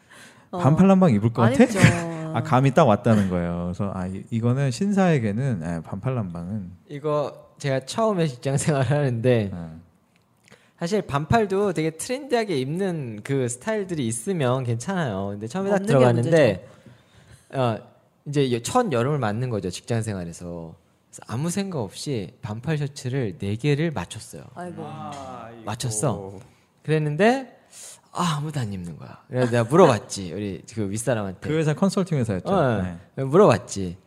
S3: 어.
S1: 반팔 남방 입을 것 같아?
S3: 아니죠.
S1: 아 감이 딱 왔다는 거예요. 그래서 아 이, 거는 신사에게는 아, 반팔 남방은
S2: 이거 제가 처음에 직장 생활을 하는데
S1: 어.
S2: 사실 반팔도 되게 트렌디하게 입는 그 스타일들이 있으면 괜찮아요. 근데 처음에 딱
S3: 없는 게
S2: 들어갔는데 어, 이제 여- 첫 여름을 맞는 거죠 직장 생활에서 그래서 아무 생각 없이 반팔 셔츠를 네 개를 맞췄어요.
S3: 아이고. 뭐.
S2: 맞췄어. 그랬는데 아, 아무도 안 입는 거야. 그래서 내가 물어봤지 우리 그 윗사람한테.
S1: 그 회사 컨설팅 회사였죠.
S2: 어,
S1: 네.
S2: 물어봤지.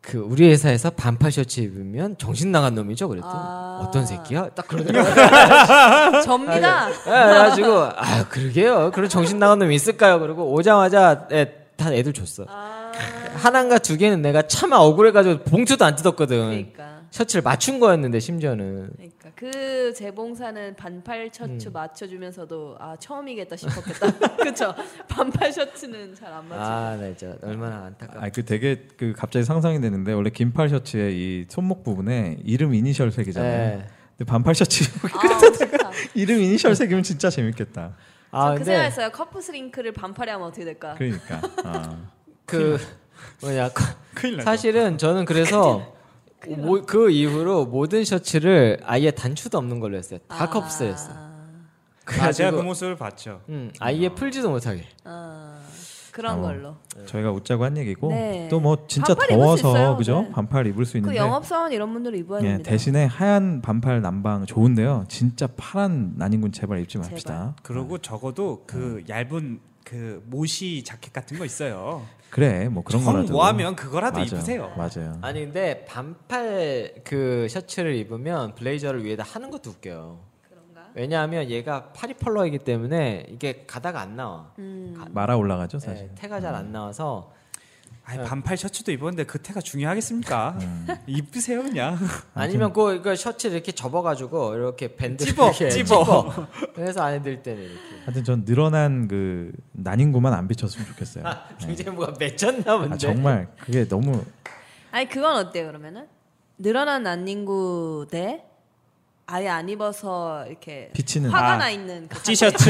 S2: 그 우리 회사에서 반팔 셔츠 입으면 정신 나간 놈이죠. 그랬더니
S3: 아.
S2: 어떤 새끼야? 딱 그러더라고.
S3: 접니다.
S1: 네.
S2: 예, 그래가지고 아 그러게요. 그런 정신 나간 놈이 있을까요? 그러고 오자마자 예, 다 애들 줬어.
S3: 아.
S2: 하나인가 두 개는 내가 참 억울해가지고 봉투도 안 뜯었거든.
S3: 그러니까.
S2: 셔츠를 맞춘 거였는데 심지어는
S3: 그러니까 그 재봉사는 반팔 셔츠
S1: 음.
S3: 맞춰주면서도 아 처음이겠다 싶었겠다. 그쵸? 반팔 셔츠는 잘 안 맞춰.
S2: 아, 나 진짜 얼마나 안타깝.
S1: 아, 그 되게 그 갑자기 상상이 되는데 원래 긴팔 셔츠의 이 손목 부분에 이름 이니셜 색이잖아요.
S2: 예.
S1: 근데 반팔 셔츠
S3: 아, 진짜.
S1: 이름 이니셜 색이면 진짜 재밌겠다.
S2: 아,
S3: 그 생각했어요. 커프 스링크를 반팔에 하면 어떻게 될까?
S1: 그 그러니까. 아.
S2: 그 뭐냐
S4: 큰일 나죠.
S2: 사실은 저는 그래서 모- 그 이후로 모든 셔츠를 아예 단추도 없는 걸로 했어요. 다
S3: 아.
S2: 컵스를 했어.
S4: 아, 제가 그
S2: 그래가지고
S4: 모습을 봤죠.
S2: 음, 아예 풀지도 못하게.
S3: 아, 그런
S1: 어,
S3: 걸로.
S1: 저희가 웃자고 한 얘기고
S3: 네.
S1: 또 뭐 진짜
S3: 반팔 입을 수
S1: 더워서
S3: 있어요.
S1: 그죠?
S3: 네.
S1: 반팔 입을 수 있는데
S3: 그 영업사원 이런 분들은 입어야
S1: 예,
S3: 됩니다.
S1: 대신에 하얀 반팔 남방 좋은데요. 진짜 파란 난인군 제발 입지
S3: 제발.
S1: 맙시다.
S4: 그러고 적어도 그
S1: 네.
S4: 얇은 그 모시 자켓 같은 거 있어요.
S1: 그래 뭐 그런
S4: 정
S1: 거라도
S4: 뭐하면 그거라도
S1: 맞아요.
S4: 입으세요.
S1: 맞아요.
S2: 아니 근데 반팔 그 셔츠를 입으면 블레이저를 위에다 하는 것도 웃겨요.
S3: 그런가?
S2: 왜냐하면 얘가 파리 펄러이기 때문에 이게 가다가 안 나와.
S3: 음.
S1: 말아 올라가죠 그렇죠, 사실. 음.
S2: 네, 태가 잘 안 나와서
S4: 아이, 반팔 셔츠도 입었는데 그 태가 중요하겠습니까? 입으세요 그냥.
S2: 아니면 그, 그 셔츠 이렇게 접어가지고 이렇게 밴드
S4: 찝어,
S2: 이렇게
S4: 찝어.
S2: 찝어. 그래서 안에 들 때는 이렇게.
S1: 하여튼 전 늘어난 그 난인구만 안 비쳤으면 좋겠어요.
S4: 아,
S2: 굉장히 뭐가 맺혔나 본데.
S1: 아, 정말 그게 너무
S3: 아니 그건 어때요 그러면은? 늘어난 난닝구 대 아예 안 입어서 이렇게
S1: 비치는
S3: 화가
S4: 아,
S3: 나 있는 그
S4: 티셔츠,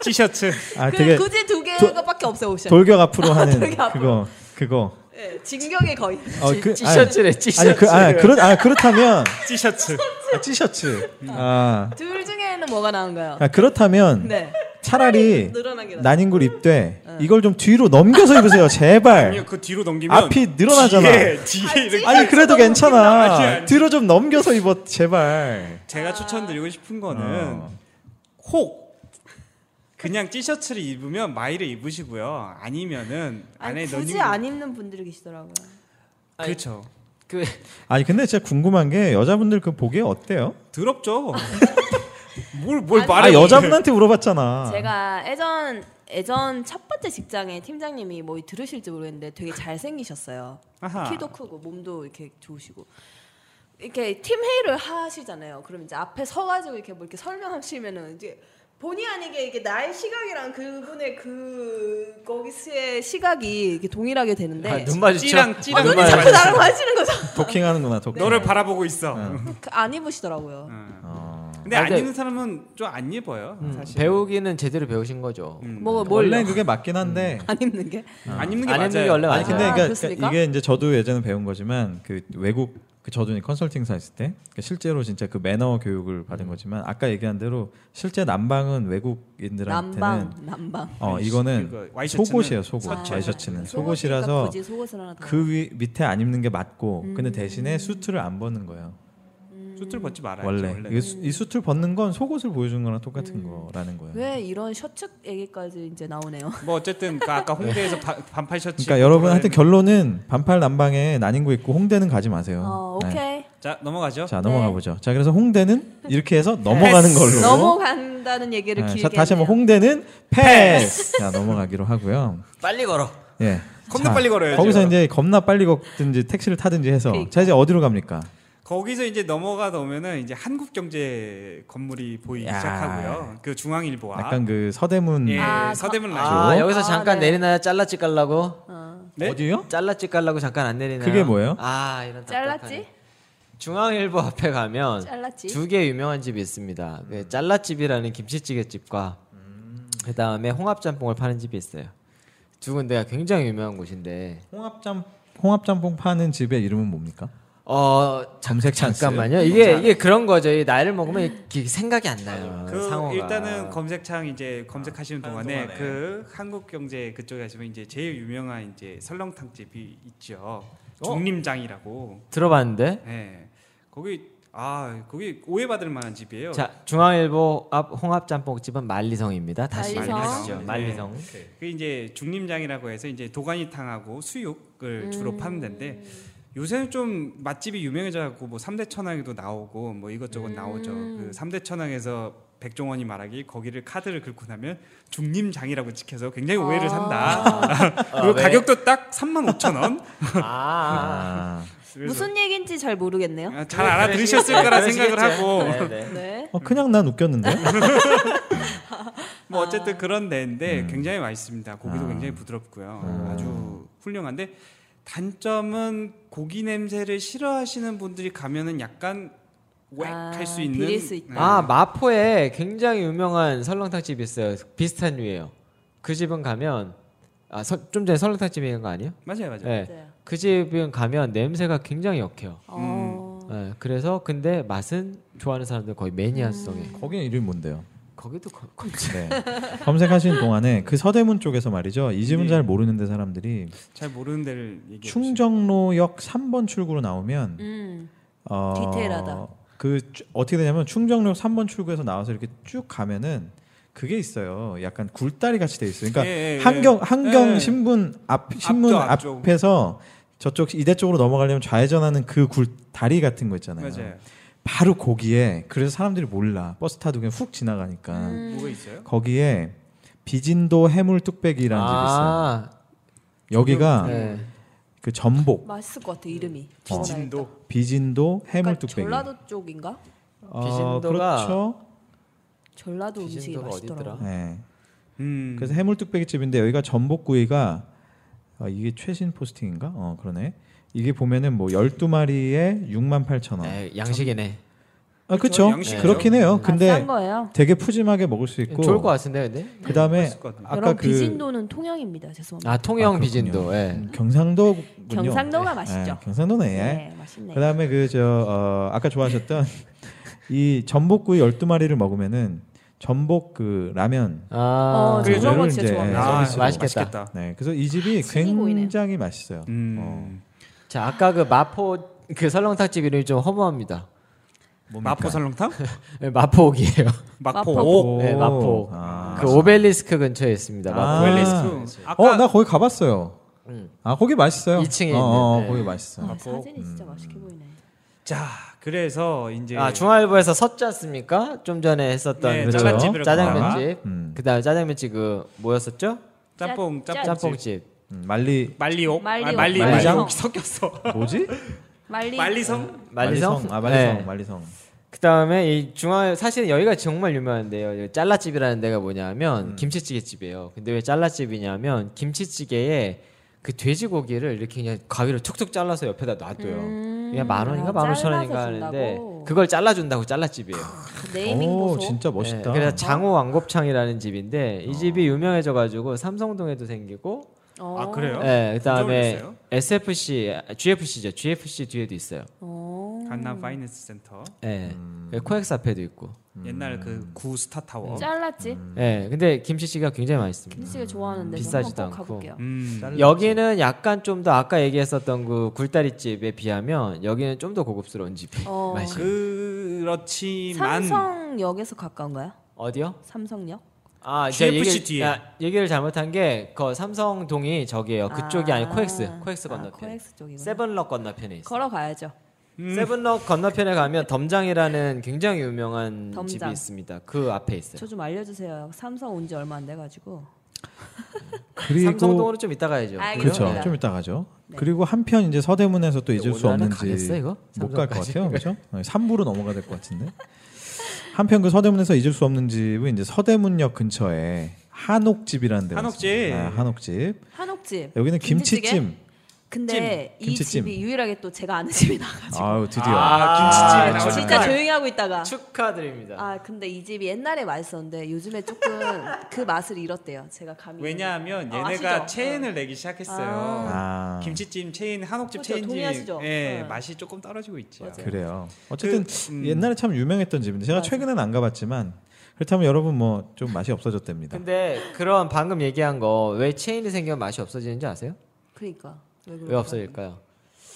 S4: 티셔츠.
S1: 아
S3: 그
S1: 되게
S3: 굳이 두 개밖에 없어요 옷이.
S1: 돌격 앞으로 하는
S3: 돌격 앞으로.
S1: 그거 그거
S3: 예, 진격의 거의.
S1: 어,
S2: 찌-
S1: 그-
S2: 찌셔츠래 찌셔츠.
S1: 아니, 아니 그, 아, 그렇, 아 그렇다면
S4: 티셔츠.
S1: 아, 티셔츠 아,
S3: 둘 중에는 뭐가 나은가요?
S1: 아, 그렇다면
S3: 네.
S1: 차라리
S3: 늘어난 게 나.
S1: 난인굴 입되 이걸 좀 뒤로 넘겨서 입으세요 제발
S4: 아니요 그 뒤로 넘기면
S1: 앞이 늘어나잖아.
S4: 뒤에, 뒤에 이렇게.
S1: 아니 그래도
S4: 아니,
S1: 괜찮아
S4: 아니.
S1: 뒤로 좀 넘겨서 입어 제발
S4: 제가 추천드리고 싶은 거는
S1: 어.
S4: 혹 그냥 티셔츠를 입으면 마이를 입으시고요. 아니면은 안에
S3: 아니,
S4: 넣는
S3: 굳이 안 입는 분들이 계시더라고요.
S4: 그렇죠.
S2: 그
S1: 아니 근데 진짜 궁금한 게 여자분들 그 보기에 어때요?
S4: 더럽죠. 뭘 뭘
S3: 아, 아니,
S1: 아
S4: 말해?
S1: 여자분한테 물어봤잖아
S3: 제가 예전 예전 첫 번째 직장에 팀장님이 뭐 들으실지 모르겠는데 되게 잘 생기셨어요.
S4: 아하.
S3: 키도 크고 몸도 이렇게 좋으시고 이렇게 팀 회의를 하시잖아요. 그럼 이제 앞에 서가지고 이렇게 뭐 이렇게 설명하시면은 이제 본의 아니게 이게 나의 시각이랑 그분의 그 거기스의 시각이 이렇게 동일하게 되는데
S2: 아, 눈 마주쳐.
S4: 찌랑
S3: 어,
S4: 찌랑
S3: 눈이 자꾸 나랑 마시는 거죠.
S1: 도킹하는구나
S3: 네.
S1: 도킹
S4: 너를 바라보고 있어.
S3: 그안 입으시더라고요.
S4: 응.
S1: 어.
S4: 근데
S2: 아,
S4: 안
S3: 네.
S2: 근데-
S4: 입는 사람은 좀 안 입어요.
S2: 음,
S4: 사실
S2: 배우기는 제대로 배우신 거죠.
S4: 음.
S3: 뭐
S1: 원래
S3: 뭘안
S1: 그게 맞긴 한데
S3: 입는 게
S4: 안 입는 게
S2: 안
S4: 맞아요.
S2: 입는 게 원래
S1: 아니
S2: 맞아요.
S1: 근데
S3: 아,
S1: 그러니까
S3: 그렇습니까?
S1: 이게 이제 저도 예전에 배운 거지만 그 외국 그 저도 이제 컨설팅사 있을 때 그러니까 실제로 진짜 그 매너 교육을 받은 거지만 아까 얘기한 대로 실제 남방은 외국인들한테는
S3: 남방 남방.
S1: 어 이거는
S4: 그거 그러니까 와이셔츠는
S1: 속옷이에요 속옷
S4: 셔츠.
S1: 와이셔츠는
S3: 아, 속옷이니까
S1: 속옷이라서
S3: 굳이 속옷을 하나 더.
S1: 그 위, 밑에 안 입는 게 맞고 근데
S3: 음.
S1: 대신에 수트를 안 벗는 거예요
S4: 수트를 벗지 말아요.
S1: 원래 이게 수- 이 수트를 벗는 건 속옷을 보여준 거랑 똑같은 거라는 거예요.
S3: 음. 왜 이런 셔츠 얘기까지 이제 나오네요.
S4: 뭐 어쨌든 그 아까 홍대에서 바- 반팔 셔츠.
S1: 그러니까 여러분 하여튼
S4: 입고
S1: 결론은 반팔 남방에 난인구 있고 홍대는 가지 마세요.
S3: 어,
S1: 네.
S3: 오케이.
S4: 자 넘어가죠.
S1: 자
S3: 네.
S1: 넘어가 보죠. 자 그래서 홍대는 이렇게 해서 넘어가는 걸로.
S3: 넘어간다는 얘기를
S1: 네,
S3: 길게
S1: 자, 다시 한번
S3: 했네요.
S1: 홍대는 패스. 자 넘어가기로 하고요.
S2: 빨리 걸어.
S1: 예.
S4: 겁나 빨리 걸어야죠.
S1: 거기서 이제 겁나 빨리 걷든지 택시를 타든지 해서
S3: 그러니까.
S1: 자 이제 어디로 갑니까?
S4: 거기서 이제 넘어가다 보면은 이제 한국경제 건물이 보이기
S1: 야.
S4: 시작하고요. 그 중앙일보와
S1: 약간 그 서대문
S4: 예,
S3: 아,
S4: 서대문 라인.
S2: 아
S1: 그죠?
S2: 여기서
S3: 아,
S2: 잠깐
S3: 네.
S2: 내리나요? 잘라 찍갈라고?
S3: 어.
S4: 네?
S1: 어디요?
S2: 잘라 찍갈라고 잠깐 안 내리나요?
S1: 그게 뭐예요?
S2: 아 이런 답답하네.
S3: 잘랐지?
S2: 중앙일보 앞에 가면
S3: 잘랐지?
S2: 어. 두 개 유명한 집이 있습니다. 그 잘라집이라는 김치찌개 집과 그 다음에 홍합짬뽕을 파는 집이 있어요. 두 군데가 굉장히 유명한 곳인데
S1: 홍합짬 홍합짬뽕 파는 집의 이름은 뭡니까?
S2: 어
S1: 잠색 찬스.
S2: 잠깐만요. 이게 이게 그런 거죠. 이 나이를 먹으면 이게 생각이 안 나요.
S4: 그
S2: 상호가.
S4: 일단은 검색창 이제 검색하시는
S1: 하는
S4: 동안에
S1: 동안에.
S4: 그 한국경제 그쪽에 가시면 이제 제일 유명한 이제 설렁탕 집이 있죠.
S1: 어?
S4: 중림장이라고.
S2: 들어봤는데.
S4: 예. 거기 아 거기 오해받을 만한 집이에요.
S2: 자 중앙일보 앞 홍합짬뽕집은 만리성입니다. 다시
S3: 만리성.
S2: 말씀하시죠.
S4: 네.
S2: 만리성.
S4: 그 이제 중림장이라고 해서 이제 도가니탕하고 수육을
S3: 음.
S4: 주로 파는 데인데 요새는 좀 맛집이 유명해져갖고 뭐 삼대 천왕에도 나오고 뭐 이것저것 나오죠.
S3: 음.
S4: 그 삼대 천왕에서 백종원이 말하기 거기를 카드를 긁고 나면 중림장이라고 찍혀서 굉장히
S3: 아.
S4: 오해를 산다. 그리고
S2: 아, 왜?
S4: 가격도 딱 3만 5천 원.
S2: 아.
S1: 아.
S3: 무슨 얘기인지 잘 모르겠네요.
S4: 아, 잘 알아들으셨을 거라 생각을 하고
S2: 네, 네.
S3: 네.
S1: 어, 그냥 난 웃겼는데.
S4: 뭐 어쨌든 그런 데인데
S1: 음.
S4: 굉장히 맛있습니다. 고기도
S1: 아.
S4: 굉장히 부드럽고요.
S1: 음.
S4: 아주 훌륭한데 단점은 고기 냄새를 싫어하시는 분들이 가면은 약간
S3: 아,
S4: 웩할 수 있는
S3: 비릴 수 있다.
S4: 네.
S2: 아 마포에 굉장히 유명한 설렁탕 집이 있어요. 비슷한 류예요. 그 집은 가면 아 좀
S1: 네.
S2: 전에 설렁탕 집이 있는 거 아니에요?
S4: 맞아요, 맞아요.
S2: 네.
S3: 맞아요.
S2: 그 집은 가면 냄새가 굉장히 역해요.
S3: 어.
S2: 예, 그래서 근데 맛은 좋아하는 사람들 거의 매니아성에
S3: 음.
S1: 거기는 이름이 뭔데요?
S2: 거기도 거, 거,
S1: 네. 검색하신 동안에 그 서대문 쪽에서 말이죠. 이 집은
S4: 네.
S1: 잘 모르는데 사람들이
S4: 잘 모르는 데를 얘기해 주세요.
S1: 충정로역 3번 출구로 나오면
S3: 음.
S1: 어,
S3: 디테일하다.
S1: 그 쭈- 어떻게 되냐면 충정역 3번 출구에서 나와서 이렇게 쭉 가면은 그게 있어요. 약간 굴다리 같이 돼 있어요. 그러니까
S4: 예, 예, 예.
S1: 한경 한경
S4: 예.
S1: 신문 앞 신문
S4: 앞쪽.
S1: 앞에서 저쪽 이대 쪽으로 넘어가려면 좌회전하는 그 굴다리 같은 거 있잖아요.
S4: 맞아요.
S1: 바로 거기에 그래서 사람들이 몰라. 버스 타도 그냥 훅 지나가니까
S3: 음.
S4: 뭐가 있어요?
S1: 거기에 비진도 해물 뚝배기라는 집이
S2: 아,
S1: 있어요. 아, 여기가
S2: 네.
S1: 그 전복
S3: 맛있을 것 같아
S2: 음.
S3: 이름이.
S1: 어.
S4: 진도.
S1: 비진도 해물
S3: 그러니까
S1: 뚝배기.
S3: 전라도 쪽인가?
S1: 어,
S2: 비진도가
S1: 그렇죠.
S3: 전라도 음식이
S2: 비진도가
S3: 맛있더라.
S2: 어디더라?
S1: 네.
S4: 음.
S1: 그래서 해물뚝배기 집인데 여기가 전복구이가 아, 이게 최신 포스팅인가? 어 그러네. 이게 보면은 뭐 12마리에 68,000원.
S2: 에, 양식이네.
S1: 아
S4: 그렇죠.
S1: 그렇죠.
S4: 양식이죠.
S1: 그렇긴 해요.
S3: 아, 싼
S1: 근데
S3: 거예요.
S1: 되게 푸짐하게 먹을 수 있고
S2: 좋을 것 같은데 근데.
S1: 그다음에
S4: 맛있을 것 같은데.
S1: 아까
S3: 여러분
S1: 그
S3: 비진도는 통영입니다. 죄송합니다.
S2: 아 통영
S1: 아,
S2: 비진도. 예.
S1: 음, 경상도군요.
S3: 경상도가 맛있죠.
S1: 네, 경상도네.
S3: 네, 맛있네.
S1: 그다음에 그 저 어, 아까 좋아하셨던 이 전복구이 12마리를 먹으면은 전복 그 라면
S2: 아
S3: 어,
S1: 그
S3: 저런 거
S1: 재료를
S3: 진짜
S1: 이제
S3: 좋아해요.
S4: 아,
S1: 서비스로.
S2: 맛있겠다.
S1: 네, 그래서 이 집이
S3: 진이 아, 보이네요.
S1: 굉장히 맛있어요.
S4: 음.
S1: 어.
S2: 자 아까 그 마포 그 설렁탕집 이름이 좀 허무합니다.
S4: 마포 설렁탕?
S2: 네, 마포옥이에요.
S4: 마포.
S3: 마포.
S4: 오.
S2: 네, 마포.
S1: 아.
S2: 그 오벨리스크 근처에 있습니다.
S1: 아.
S2: 마포.
S4: 웰리스크. 아까
S1: 어, 나 거기 가봤어요.
S2: 음.
S1: 아, 거기 맛있어요.
S2: 이 층에
S1: 어, 어,
S2: 있는, 네.
S1: 거기
S3: 아,
S1: 맛있어요.
S3: 사진이
S1: 음.
S3: 진짜 맛있게 보이네.
S4: 자, 그래서 이제
S2: 아 중앙일보에서 섰지 않습니까? 좀 전에 했었던
S4: 네,
S2: 그
S4: 짜장집을
S2: 짜장면집.
S1: 그렇죠. 음.
S2: 그다음에 짜장면집 그 뭐였었죠?
S4: 짬뽕
S3: 짜-
S4: 짬뽕
S2: 짬뽕집.
S1: 음, 말리
S4: 말리옥
S3: 말리옥.
S4: 아, 말리
S1: 말리장?
S4: 말리옥 섞였어.
S1: 뭐지?
S3: 말리.
S4: 말리성?
S2: 말리성.
S1: 아, 말리성.
S2: 네.
S1: 말리성.
S2: 그다음에 이 중앙 사실 여기가 정말 유명한데요. 여기 짤라집이라는 데가 뭐냐면 김치찌개 집이에요. 근데 왜 짤라집이냐면 김치찌개에 그 돼지고기를 이렇게 그냥 가위로 툭툭 잘라서 옆에다 놔둬요. 그냥 만 원인가
S3: 아,
S2: 만 오천 원인가
S3: 음. 잘라서
S2: 하는데 그
S3: 준다고?
S2: 그걸 잘라준다고 짤라집이에요.
S3: 네이밍
S1: 오,
S3: 보소.
S1: 진짜 멋있다.
S2: 네, 그래서 장호 왕곱창이라는 집인데 이 집이 유명해져가지고 삼성동에도 생기고,
S3: 어.
S4: 아, 그래요?
S2: 네,
S4: 그쪽으로
S2: 그다음에
S4: 있어요?
S2: SFC, GFC죠. GFC 뒤에도 있어요.
S3: 어.
S4: 강남 파이낸스 센터.
S2: 네, 코엑스 앞에도 있고.
S4: 옛날 그 구
S3: 음.
S4: 스타타워.
S3: 잘랐지.
S2: 네, 근데 김치찌개가 굉장히 맛있습니다.
S3: 김씨가 좋아하는데
S2: 비싸지도
S3: 한번 꼭
S2: 않고.
S3: 가볼게요.
S4: 음.
S2: 여기는 약간 좀 더 아까 얘기했었던 그 굴다리 집에 비하면 여기는 좀 더 고급스러운 집이
S3: 어.
S2: 맛이
S4: 그렇지만
S3: 삼성역에서 가까운가요?
S2: 어디요?
S3: 삼성역?
S2: 아,
S4: GFC
S2: 얘기,
S4: 뒤에.
S2: 아, 얘기를 잘못한 게 그 삼성동이 저기예요. 어, 그쪽이
S3: 아.
S2: 아니 코엑스, 코엑스
S3: 아,
S2: 건너편.
S3: 코엑스 쪽이구나.
S2: 세븐럭 건너편에 있어.
S3: 걸어가야죠.
S1: 음.
S2: 세븐럭 건너편에 가면 덤장이라는 굉장히 유명한 집이
S3: 덤장.
S2: 있습니다. 그 앞에 있어요.
S3: 저 좀 알려주세요. 삼성 온 지 얼마 안 돼가지고.
S1: 그리고
S2: 삼성동으로 좀 이따 가야죠. 네.
S3: 알겠습니다.
S1: 그렇죠. 좀 이따 가죠. 그리고 한편 이제 서대문에서 또 잊을 수
S2: 오늘 안에
S1: 없는
S2: 가겠어, 이거?
S1: 집못 갈 것
S2: 삼성까지?
S1: 같아요. 그렇죠? 3부로 넘어가야 될 것 같은데. 한편 그 서대문에서 잊을 수 없는 집은 이제 서대문역 근처에 한옥집이라는 데가
S4: 한옥집.
S1: 있습니다. 아, 한옥집.
S2: 네.
S3: 한옥집.
S1: 여기는
S3: 김치찌개?
S1: 김치찜.
S3: 근데 이
S1: 김치찜.
S3: 집이 유일하게 또 제가 아는 집이 나가지고.
S1: 아유, 드디어.
S4: 아, 김치찜이
S2: 아,
S4: 나오네.
S3: 진짜 조용히 하고 있다가.
S2: 축하드립니다.
S3: 아 근데 이 집이 옛날에 맛있었는데 요즘에 조금 그 맛을 잃었대요. 제가 감히.
S4: 왜냐하면
S3: 아,
S4: 얘네가
S3: 아시죠?
S4: 체인을 내기 시작했어요.
S1: 아.
S4: 김치찜 체인 한옥집
S3: 그렇죠.
S4: 체인집이
S3: 동의하시죠?
S4: 예,
S3: 네.
S4: 맛이 조금 떨어지고 있죠.
S3: 맞아요.
S1: 그래요. 어쨌든
S4: 그, 음.
S1: 옛날에 참 유명했던 집인데 제가
S3: 맞아요.
S1: 최근엔 안 가봤지만 그렇다면 여러분 뭐 좀 맛이 없어졌답니다.
S2: 근데 그런 방금 얘기한 거 왜 체인이 생기면 맛이 없어지는지 아세요?
S3: 그러니까. 왜,
S2: 왜
S3: 그럴까?
S2: 없어질까요?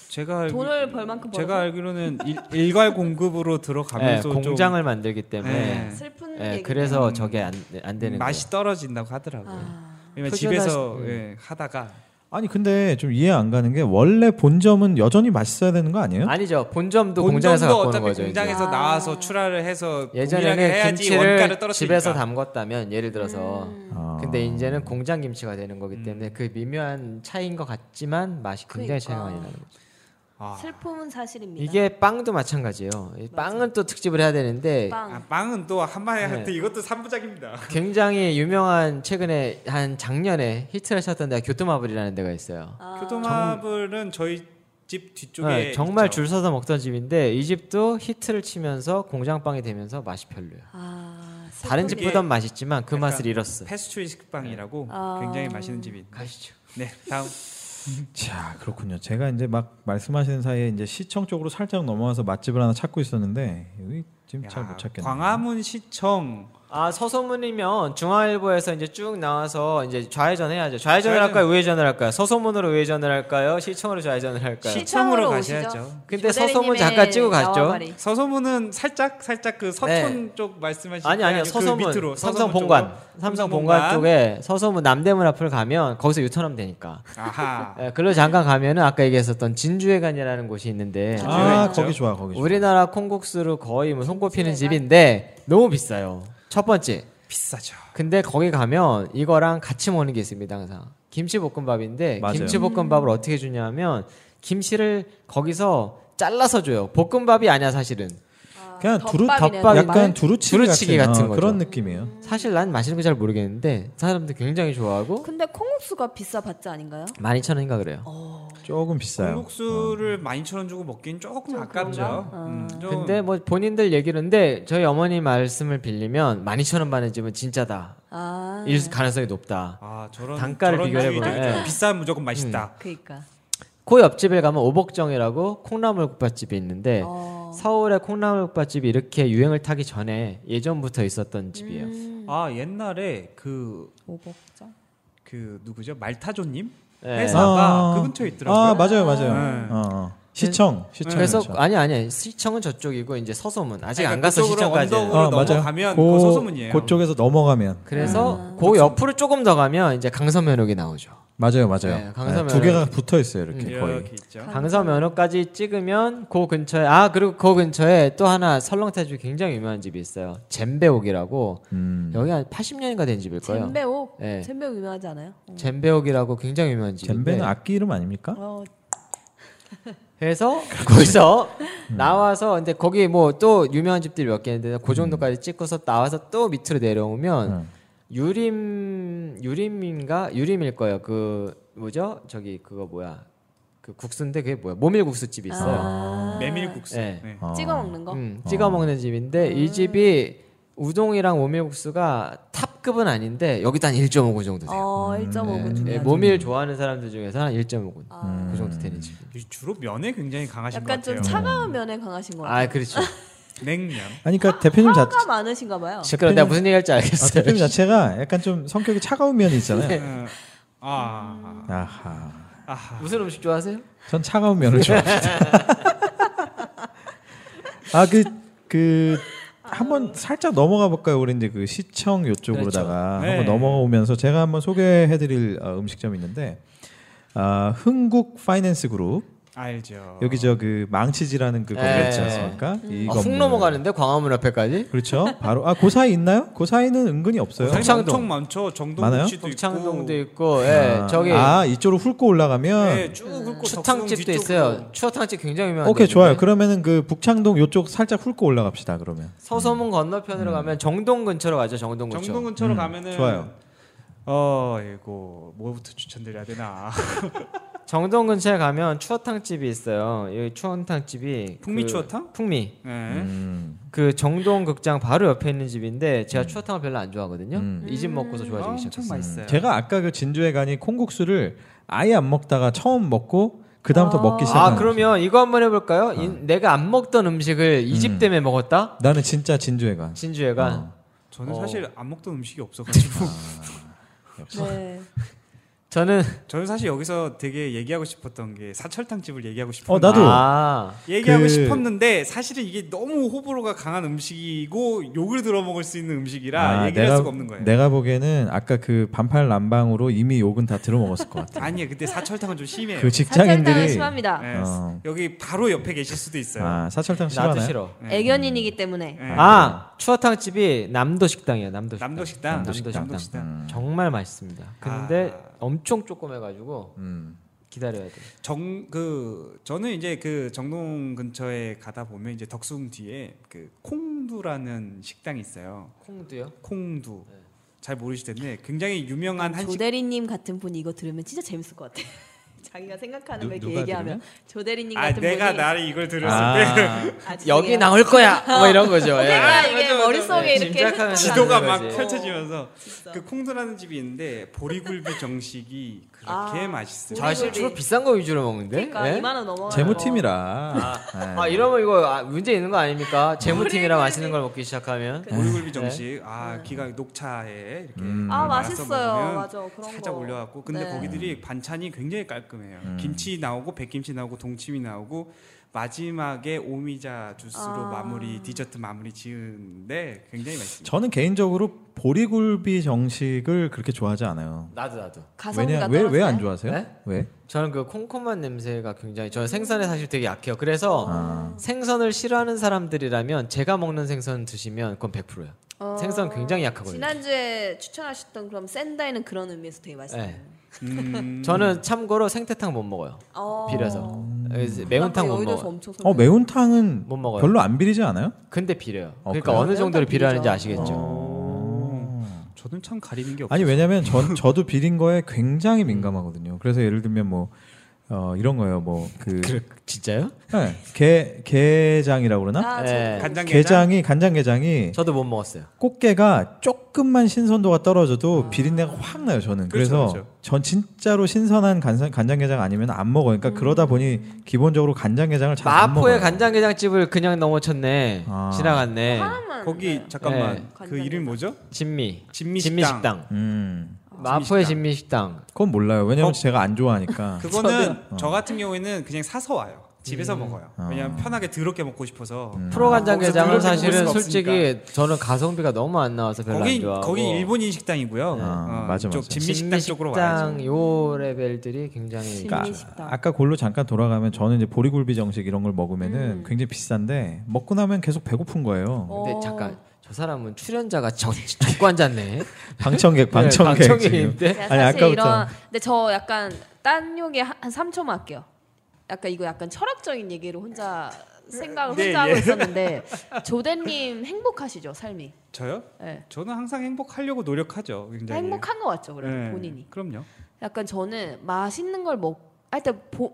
S4: 제가 알기-
S3: 돈을 그 벌 만큼 벌어서
S4: 제가 알기로는 일, 일괄 공급으로
S2: 네,
S4: 들어가면서
S2: 공장을 만들기 때문에
S4: 네.
S3: 슬픈
S2: 네,
S3: 얘기.
S2: 그래서
S4: 음.
S2: 저게 안, 안
S4: 좀
S2: 되는
S4: 맛이 떨어진다고 하더라고요.
S3: 아.
S4: 왜냐면
S2: 표준화-
S4: 집에서 예, 하다가
S1: 아니 근데 좀 이해 안 가는 게 원래 본점은 여전히 맛있어야 되는 거 아니에요?
S2: 거예요. 아니죠. 본점도
S4: 본점도
S2: 공장에서 갖고 오는
S4: 어차피
S2: 거죠. 이제.
S4: 공장에서 나와서 출하를 해서 동일하게
S2: 예전에는
S4: 해야지 원가를
S2: 김치를
S4: 떨어뜨리니까. 음.
S2: 집에서 담궜다면 예를 들어서
S3: 음.
S1: 아.
S2: 근데 이제는 공장 김치가 되는 거기 때문에 그 미묘한 차이인 것 같지만 맛이 굉장히 차이가 많이
S3: 그러니까.
S2: 나는 거죠.
S4: 아,
S3: 슬픔은 사실입니다.
S2: 이게 빵도 마찬가지예요. 이 빵은 또 특집을 해야 되는데
S3: 빵.
S4: 아, 빵은 또 한마디
S2: 네.
S4: 할때 이것도 삼부작입니다.
S2: 굉장히 유명한 최근에 한 작년에 히트를 쳤던 데가 교토마블이라는 데가 있어요.
S4: 교토마블은 저희 집 뒤쪽에
S2: 네, 정말
S4: 있죠.
S2: 줄 서서 먹던 집인데 이 집도 히트를 치면서 공장빵이 되면서 맛이 별로예요.
S3: 아,
S2: 다른
S4: 그게
S3: 슬픔이-
S2: 집보단 맛있지만 그
S4: 약간
S2: 맛을 잃었어. 요
S4: 패스트리 식빵이라고
S3: 아.
S4: 굉장히 맛있는 집이 있
S2: 가시죠.
S4: 네 다음
S1: 자, 그렇군요. 제가 이제 막 말씀하시는 사이에 이제 시청 쪽으로 살짝 넘어와서 맛집을 하나 찾고 있었는데 여기 지금 잘
S4: 야,
S1: 못 찾겠네요. 아,
S4: 광화문 시청
S2: 아 서소문이면 중앙일보에서 이제 쭉 나와서 이제 좌회전 해야죠. 좌회전을 할까요? 우회전을 할까요? 서소문으로 우회전을 할까요? 시청으로 좌회전을 할까요?
S3: 시-
S4: 시청으로
S3: 오시죠.
S4: 가셔야죠.
S2: 근데
S3: 조대리님의
S2: 서소문 잠깐 찍고 갔죠.
S3: 나와바리.
S4: 서소문은 살짝 살짝 그 서촌 쪽 말씀하신
S2: 네. 아니 아니요
S4: 그
S2: 서소문
S4: 밑으로
S2: 삼성
S4: 서소문
S2: 본관
S4: 쪽으로.
S2: 삼성 본관
S4: 삼성
S2: 쪽에 서소문 남대문 앞을 가면 거기서 유턴하면 되니까.
S4: 아하.
S2: 예, 글로 잠깐 가면은 아까 얘기했었던 진주회관이라는 네, 곳이 있는데
S1: 아,
S4: 있죠.
S1: 거기 좋아. 거기 좋아.
S2: 우리나라 콩국수로 거의 뭐 손꼽히는
S3: 진주회관?
S2: 집인데 너무 비싸요. 첫 번째.
S4: 비싸죠.
S2: 근데 거기 가면 이거랑 같이 먹는 게 있습니다 항상 김치볶음밥인데
S1: 맞아요.
S2: 김치볶음밥을 어떻게 주냐면 김치를 거기서 잘라서 줘요 볶음밥이 아니야 사실은
S1: 그냥 두루
S3: 덮밥이네요,
S2: 덮밥.
S3: 덮밥.
S1: 약간 두루치기,
S2: 두루치기 같은
S1: 어,
S2: 거죠.
S1: 그런 느낌이에요.
S2: 사실 난 맛있는 거 잘 모르겠는데 사람들 굉장히 좋아하고
S3: 근데 콩국수가 비싸 봤자 아닌가요?
S2: 12,000원인가 그래요
S1: 조금
S4: 어,
S1: 비싸요.
S4: 국수를 12,000원 주고 먹긴 조금
S3: 좀
S4: 아깝죠.
S3: 그런가?
S4: 음, 좀
S2: 어. 근데 뭐 본인들 얘기는데 저희 어머니 말씀을 빌리면 12,000원 받는 집은 진짜다
S3: 아,
S2: 일 가능성이 높다
S4: 아, 저런
S2: 단가를
S4: 저런
S2: 비교해보면,
S4: 주의들이죠.
S2: 예.
S4: 비싼 무조건 맛있다.
S3: 그니까.
S2: 그 옆집에 가면 오복정이라고 콩나물국밥집이 있는데
S3: 어.
S2: 서울의 콩나물국밥집이 이렇게 유행을 타기 전에 예전부터 있었던 집이에요.
S3: 음.
S4: 아, 옛날에 그
S3: 오복점.
S4: 그 누구죠? 말타조님
S2: 예.
S4: 회사가
S1: 아.
S4: 그 근처에 있더라고요.
S1: 아, 맞아요. 맞아요.
S4: 네.
S1: 어, 어. 시청. 시청.
S2: 그래서
S1: 그렇죠.
S2: 아니 아니 시청은 저쪽이고 이제 서소문 아직
S4: 그러니까
S2: 안 가서
S4: 그쪽으로
S2: 시청까지.
S4: 언덕으로 아, 넘어가면 그거
S1: 아, 고-
S4: 서소문이에요.
S1: 그쪽에서 넘어가면
S2: 그래서 그 옆으로 조금 더 가면 이제 강서면옥이 나오죠.
S1: 맞아요, 맞아요.
S2: 네, 강서면은-
S1: 두 개가 붙어 있어요, 이렇게 거의.
S4: 음, 이렇게 있죠.
S2: 강서면옥까지 찍으면 그 근처에 아 그리고 그 근처에 또 하나 설렁탕집이 굉장히 유명한 집이 있어요. 잼배옥이라고
S1: 음,
S2: 여기 한 80년인가 된 집일 거예요.
S3: 잼배옥.
S2: 예.
S3: 잼배옥 유명하지 않아요? 어.
S2: 잼배옥이라고 굉장히 유명한 집인데
S1: 젠베는 악기 이름 아닙니까?
S3: 어,
S2: 그래서 거기서 나와서 근데 거기 뭐 또 유명한 집들이 몇 개 있는데 그 정도까지 찍고서 나와서 또 밑으로 내려오면
S1: 음.
S2: 유림 유림인가 유림일 거예요. 그 뭐죠? 저기 그거 뭐야? 그 국수인데 그게 뭐야? 모밀국수 집이 있어요.
S3: 아.
S4: 메밀국수.
S2: 네.
S4: 네.
S1: 어.
S3: 찍어 먹는 거. 음.
S2: 음, 찍어 먹는 집인데 이 집이 우동이랑 모밀국수가 탑급은 아닌데 여기도 한 1.5군 정도 돼요.
S3: 어, 1.5군 중에.
S2: 예,
S3: 아주-
S2: 모밀 좋아하는 사람들 중에서 한 1.5군
S3: 아.
S2: 그 정도 되는 집.
S4: 주로 면에 굉장히 강하신 것
S3: 약간
S4: 같아요.
S3: 좀 차가운 면에 강하신 것 같아요.
S2: 아 그렇죠.
S4: 냉면.
S1: 아니 그러니까 대표님 자,
S3: 화가 많으신가 봐요.
S2: 시끄러. 내가 무슨 얘기할지
S1: 아,
S2: 알겠어요.
S1: 대표님 자체가 약간 좀 성격이 차가운 면이
S2: 네.
S1: 있잖아요.
S4: 어,
S3: 음.
S4: 아,
S1: 아하.
S4: 아하.
S2: 무슨 음식 좋아하세요?
S1: 전 차가운 면을 좋아합니다. 아, 그, 아그 그 한번 살짝 넘어가 볼까요? 우리 이제 그 시청 요쪽으로다가
S4: 그렇죠. 네.
S1: 한번 넘어오면서 제가 한번 소개해드릴 어, 음식점이 있는데 아, 흥국 파이낸스 그룹
S4: 알죠.
S1: 여기 저 그 망치지라는 그
S2: 네.
S1: 거기 뭐. 있지 않습니까? 이
S2: 아, 훅
S1: 건물.
S2: 넘어가는데 광화문 앞에까지?
S1: 그렇죠. 바로 아그 사이 있나요? 그 사이는 은근히 없어요.
S4: 사장님
S2: 평창동.
S4: 엄청 많죠.
S1: 많아요?
S4: 정동국 씨도
S2: 동창동도
S4: 있고.
S2: 있고, 예,
S1: 아,
S2: 저기
S1: 아 이쪽으로 훑고 올라가면
S4: 네, 쭉 굵고
S2: 추탕집도 음. 있어요. 추어탕집 굉장히 유명한.
S1: 오케이
S2: 데인데
S1: 좋아요. 그러면은 그 북창동 요쪽 살짝 훑고 올라갑시다. 그러면
S2: 서소문 건너편으로 가면 정동 근처로 가죠. 정동 근처.
S4: 정동 근처로
S1: 음,
S4: 가면은
S1: 좋아요.
S4: 어, 이거 뭐부터 추천드려야 되나?
S2: 정동 근처에 가면 추어탕집이 있어요. 여기 추어탕집이
S4: 풍미
S2: 그-
S4: 추어탕?
S2: 풍미.
S4: 네.
S1: 음,
S2: 그 정동 극장 바로 옆에 있는 집인데 제가 추어탕을 별로 안 좋아하거든요.
S1: 음.
S2: 이 집 먹고서
S4: 아,
S2: 좋아지기
S4: 엄청
S2: 그 시작했어요.
S4: 맛있어요.
S1: 제가 아까 그 진주에 가니 콩국수를 아예 안 먹다가 처음 먹고 그 다음부터
S3: 아.
S1: 먹기 시작한. 음.
S2: 아 그러면 이거 한번 해볼까요? 이- 내가 안 먹던 음식을 이 집 때문에 먹었다?
S1: 거지. 나는 진짜 진주에 가.
S2: 진주에가
S4: 저는
S2: 어.
S4: 사실 안 먹던 음식이 없어가지고
S1: 아.
S3: 네.
S2: 저는
S4: 저는 사실 여기서 되게 얘기하고 싶었던 게 사철탕 집을 얘기하고 싶었는데
S1: 어, 나도.
S2: 아,
S4: 얘기하고
S1: 그-
S4: 싶었는데 사실은 이게 너무 호불호가 강한 음식이고 욕을 들어 먹을 수 있는 음식이라 얘기할 수가 없는 거예요.
S1: 아, 내가 보기에는 아까 그 반팔 남방으로 이미 욕은 다 들어 먹었을 것 같아.
S4: 아니에요. 그때 사철탕은 좀 네. 심해요.
S1: 그
S3: 사철당은
S1: 직장인들이
S2: 아.
S3: 심합니다.
S4: 예,
S1: 어.
S4: 여기 바로 옆에 계실 수도 있어요.
S1: 아 사철탕
S2: 나도
S1: 싫어하나요?
S2: 싫어.
S4: 예.
S3: 애견인이기 때문에.
S4: 예.
S2: 아 추어탕 집이 남도 식당이에요. 남도 식당.
S4: 아, 남도식당.
S2: 남도식당.
S4: 남도식당.
S1: 음.
S2: 정말 맛있습니다. 근데 엄청 조그매가지고
S1: 음.
S2: 기다려야 돼.
S4: 정 그 저는 이제 그 정동 근처에 가다 보면 이제 덕수궁 뒤에 그 콩두라는 식당이 있어요.
S2: 콩두요?
S4: 콩두 잘 모르실 텐데 굉장히 유명한 한식
S3: 그 조대리님 같은 분이 이거 들으면 진짜 재밌을 것 같아. 자기가 생각하는
S1: 누-
S3: 거 이렇게
S1: 누가
S3: 얘기하면 조대리님
S4: 아
S3: 같은
S4: 내가
S3: 분이
S4: 나를 이걸 들었을 때
S1: 아,
S3: 아, 죄송해요. 어.
S2: 여기 나올 거야. 뭐 이런 거죠. 예.
S3: 내가 이게
S4: 맞아, 맞아.
S3: 머릿속에 이렇게 흩어나가는
S2: 짐작하면
S4: 지도가 막
S3: 아,
S2: 거지.
S4: 펼쳐지면서
S3: 진짜.
S4: 그 콩두라는 집이 있는데 보리굴비 정식이 그렇게
S3: 아,
S4: 맛있어요.
S3: 자-
S2: 실제로 비싼 거 위주로 먹는데.
S3: 그러니까
S2: 예?
S3: 2만 원 넘어.
S1: 재무팀이라.
S2: 아 이러면 이거 아, 문제 있는 거 아닙니까? 재무팀이라 맛있는 걸 먹기 시작하면.
S3: 그
S4: 오리굴비 정식 아 기가 녹차에 이렇게
S1: 네. 음.
S3: 네. 아
S4: 말아서
S3: 맛있어요.
S4: 먹으면
S3: 맞아 그런 거.
S4: 살짝 올려갖고 근데
S3: 네.
S4: 고기들이 반찬이 굉장히 깔끔해요.
S2: 음.
S4: 김치 나오고 백김치 나오고 동치미 나오고 마지막에 오미자 주스로
S3: 아.
S4: 마무리 디저트 마무리 지은데 굉장히 맛있습니다.
S1: 저는 개인적으로 보리굴비 정식을 그렇게 좋아하지 않아요.
S2: 나도 나도.
S3: 가성비가
S1: 왜냐 왜왜 안
S3: 떨어지나요?
S1: 좋아하세요?
S2: 네?
S1: 왜?
S2: 저는 그 콩콩한 냄새가 굉장히 저는 생선에 사실 되게 약해요.
S3: 어.
S2: 그래서
S1: 아.
S2: 생선을 싫어하는 사람들이라면 제가 먹는 생선 드시면 그건 100%예요.
S3: 어,
S2: 생선 굉장히 약하거든요.
S3: 지난주에 추천하셨던 그럼 샌다이는 그런 의미에서 되게 맛있어요.
S2: 네.
S4: 음,
S2: 저는 참고로 생태탕 못 먹어요.
S3: 어.
S2: 비려서. 그래서
S3: 난
S2: 매운탕
S3: 그거
S2: 못
S3: 여의도에서
S2: 먹어요.
S3: 엄청
S1: 어 매운탕은
S2: 못 먹어요.
S1: 별로 안 비리지 않아요?
S2: 근데 비려요.
S1: 어,
S2: 그러니까
S1: 그래요? 어.
S2: 어느 정도로
S3: 매운탕
S2: 비려하는지
S3: 비리죠.
S2: 아시겠죠.
S4: 어. 저는 참 가리는 게 없어요.
S1: 아니 왜냐면 전 저도 비린 거에 굉장히 민감하거든요. 그래서 예를 들면 뭐 어, 이런 거예요. 뭐그 네,
S2: 그래, 진짜요?
S1: 게 게장이라고 그러나?
S3: 아,
S2: 네.
S3: 저도.
S4: 간장 게장
S1: 게장이 간장 게장이
S2: 저도 못 먹었어요.
S1: 꽃게가 조금만 신선도가 떨어져도 비린내가 확 나요 저는 그래
S4: 그렇죠,
S1: 서
S4: 그렇죠.
S1: 전 진짜로 신선한 간장, 간장게장 아니면 안 먹어요 그러니까 그러다 보니 기본적으로 간장게장을 잘 안
S2: 마포의
S1: 먹어요
S2: 간장게장집을 그냥 넘어쳤네.
S1: 아.
S2: 지나갔네.
S3: 하나만.
S4: 거기
S3: 네.
S4: 잠깐만
S3: 네.
S4: 그 이름 뭐죠?
S2: 진미.
S4: 진미
S2: 식당.
S1: 음
S2: 마포의 진미 식당.
S1: 그건 몰라요 왜냐면
S4: 어?
S1: 제가 안 좋아하니까
S4: 그거는
S2: 어.
S4: 저 같은 경우에는 그냥 사서 와요. 집에서
S2: 음.
S4: 먹어요.
S1: 아.
S4: 왜냐면 편하게 더럽게 먹고 싶어서.
S1: 음.
S2: 프로 간장게장은
S4: 아, 거기서 그렇게 먹을
S2: 사실은
S4: 수가
S2: 솔직히 저는 가성비가 너무 안 나와서 별로
S4: 거기
S2: 안 좋아하고.
S4: 거기 일본인 식당이고요.
S1: 아,
S4: 어,
S1: 맞아,
S4: 이쪽
S1: 맞아.
S4: 진미식당 쪽으로 와야죠.
S2: 진미식당 요 레벨들이 굉장히
S3: 진미
S1: 그러니까
S3: 식당.
S1: 아까 골로 잠깐 돌아가면 저는 이제 보리굴비 정식 이런 걸 먹으면은 굉장히 비싼데 먹고 나면 계속 배고픈 거예요
S3: 어.
S2: 근데 잠깐 저 사람은 출연자가 저 적관자네. 네,
S1: 방청객 방청객 지금.
S4: 예?
S2: 방청객인데.
S3: 제가
S1: 아니,
S3: 사실
S1: 아까부터.
S3: 이런 근데 저 약간 딴 욕에 한 3초만 할게요. 약간 이거 약간 철학적인 얘기를 혼자 생각을
S4: 네,
S3: 혼자
S4: 예.
S3: 하고 있었는데 조대님 행복하시죠 삶이?
S4: 저요?
S3: 네.
S4: 저는 항상 행복하려고 노력하죠. 굉장히.
S3: 행복한 것 같죠, 그래도
S4: 네.
S3: 본인이.
S4: 그럼요.
S3: 약간 저는 맛있는 걸 먹, 하여튼 보,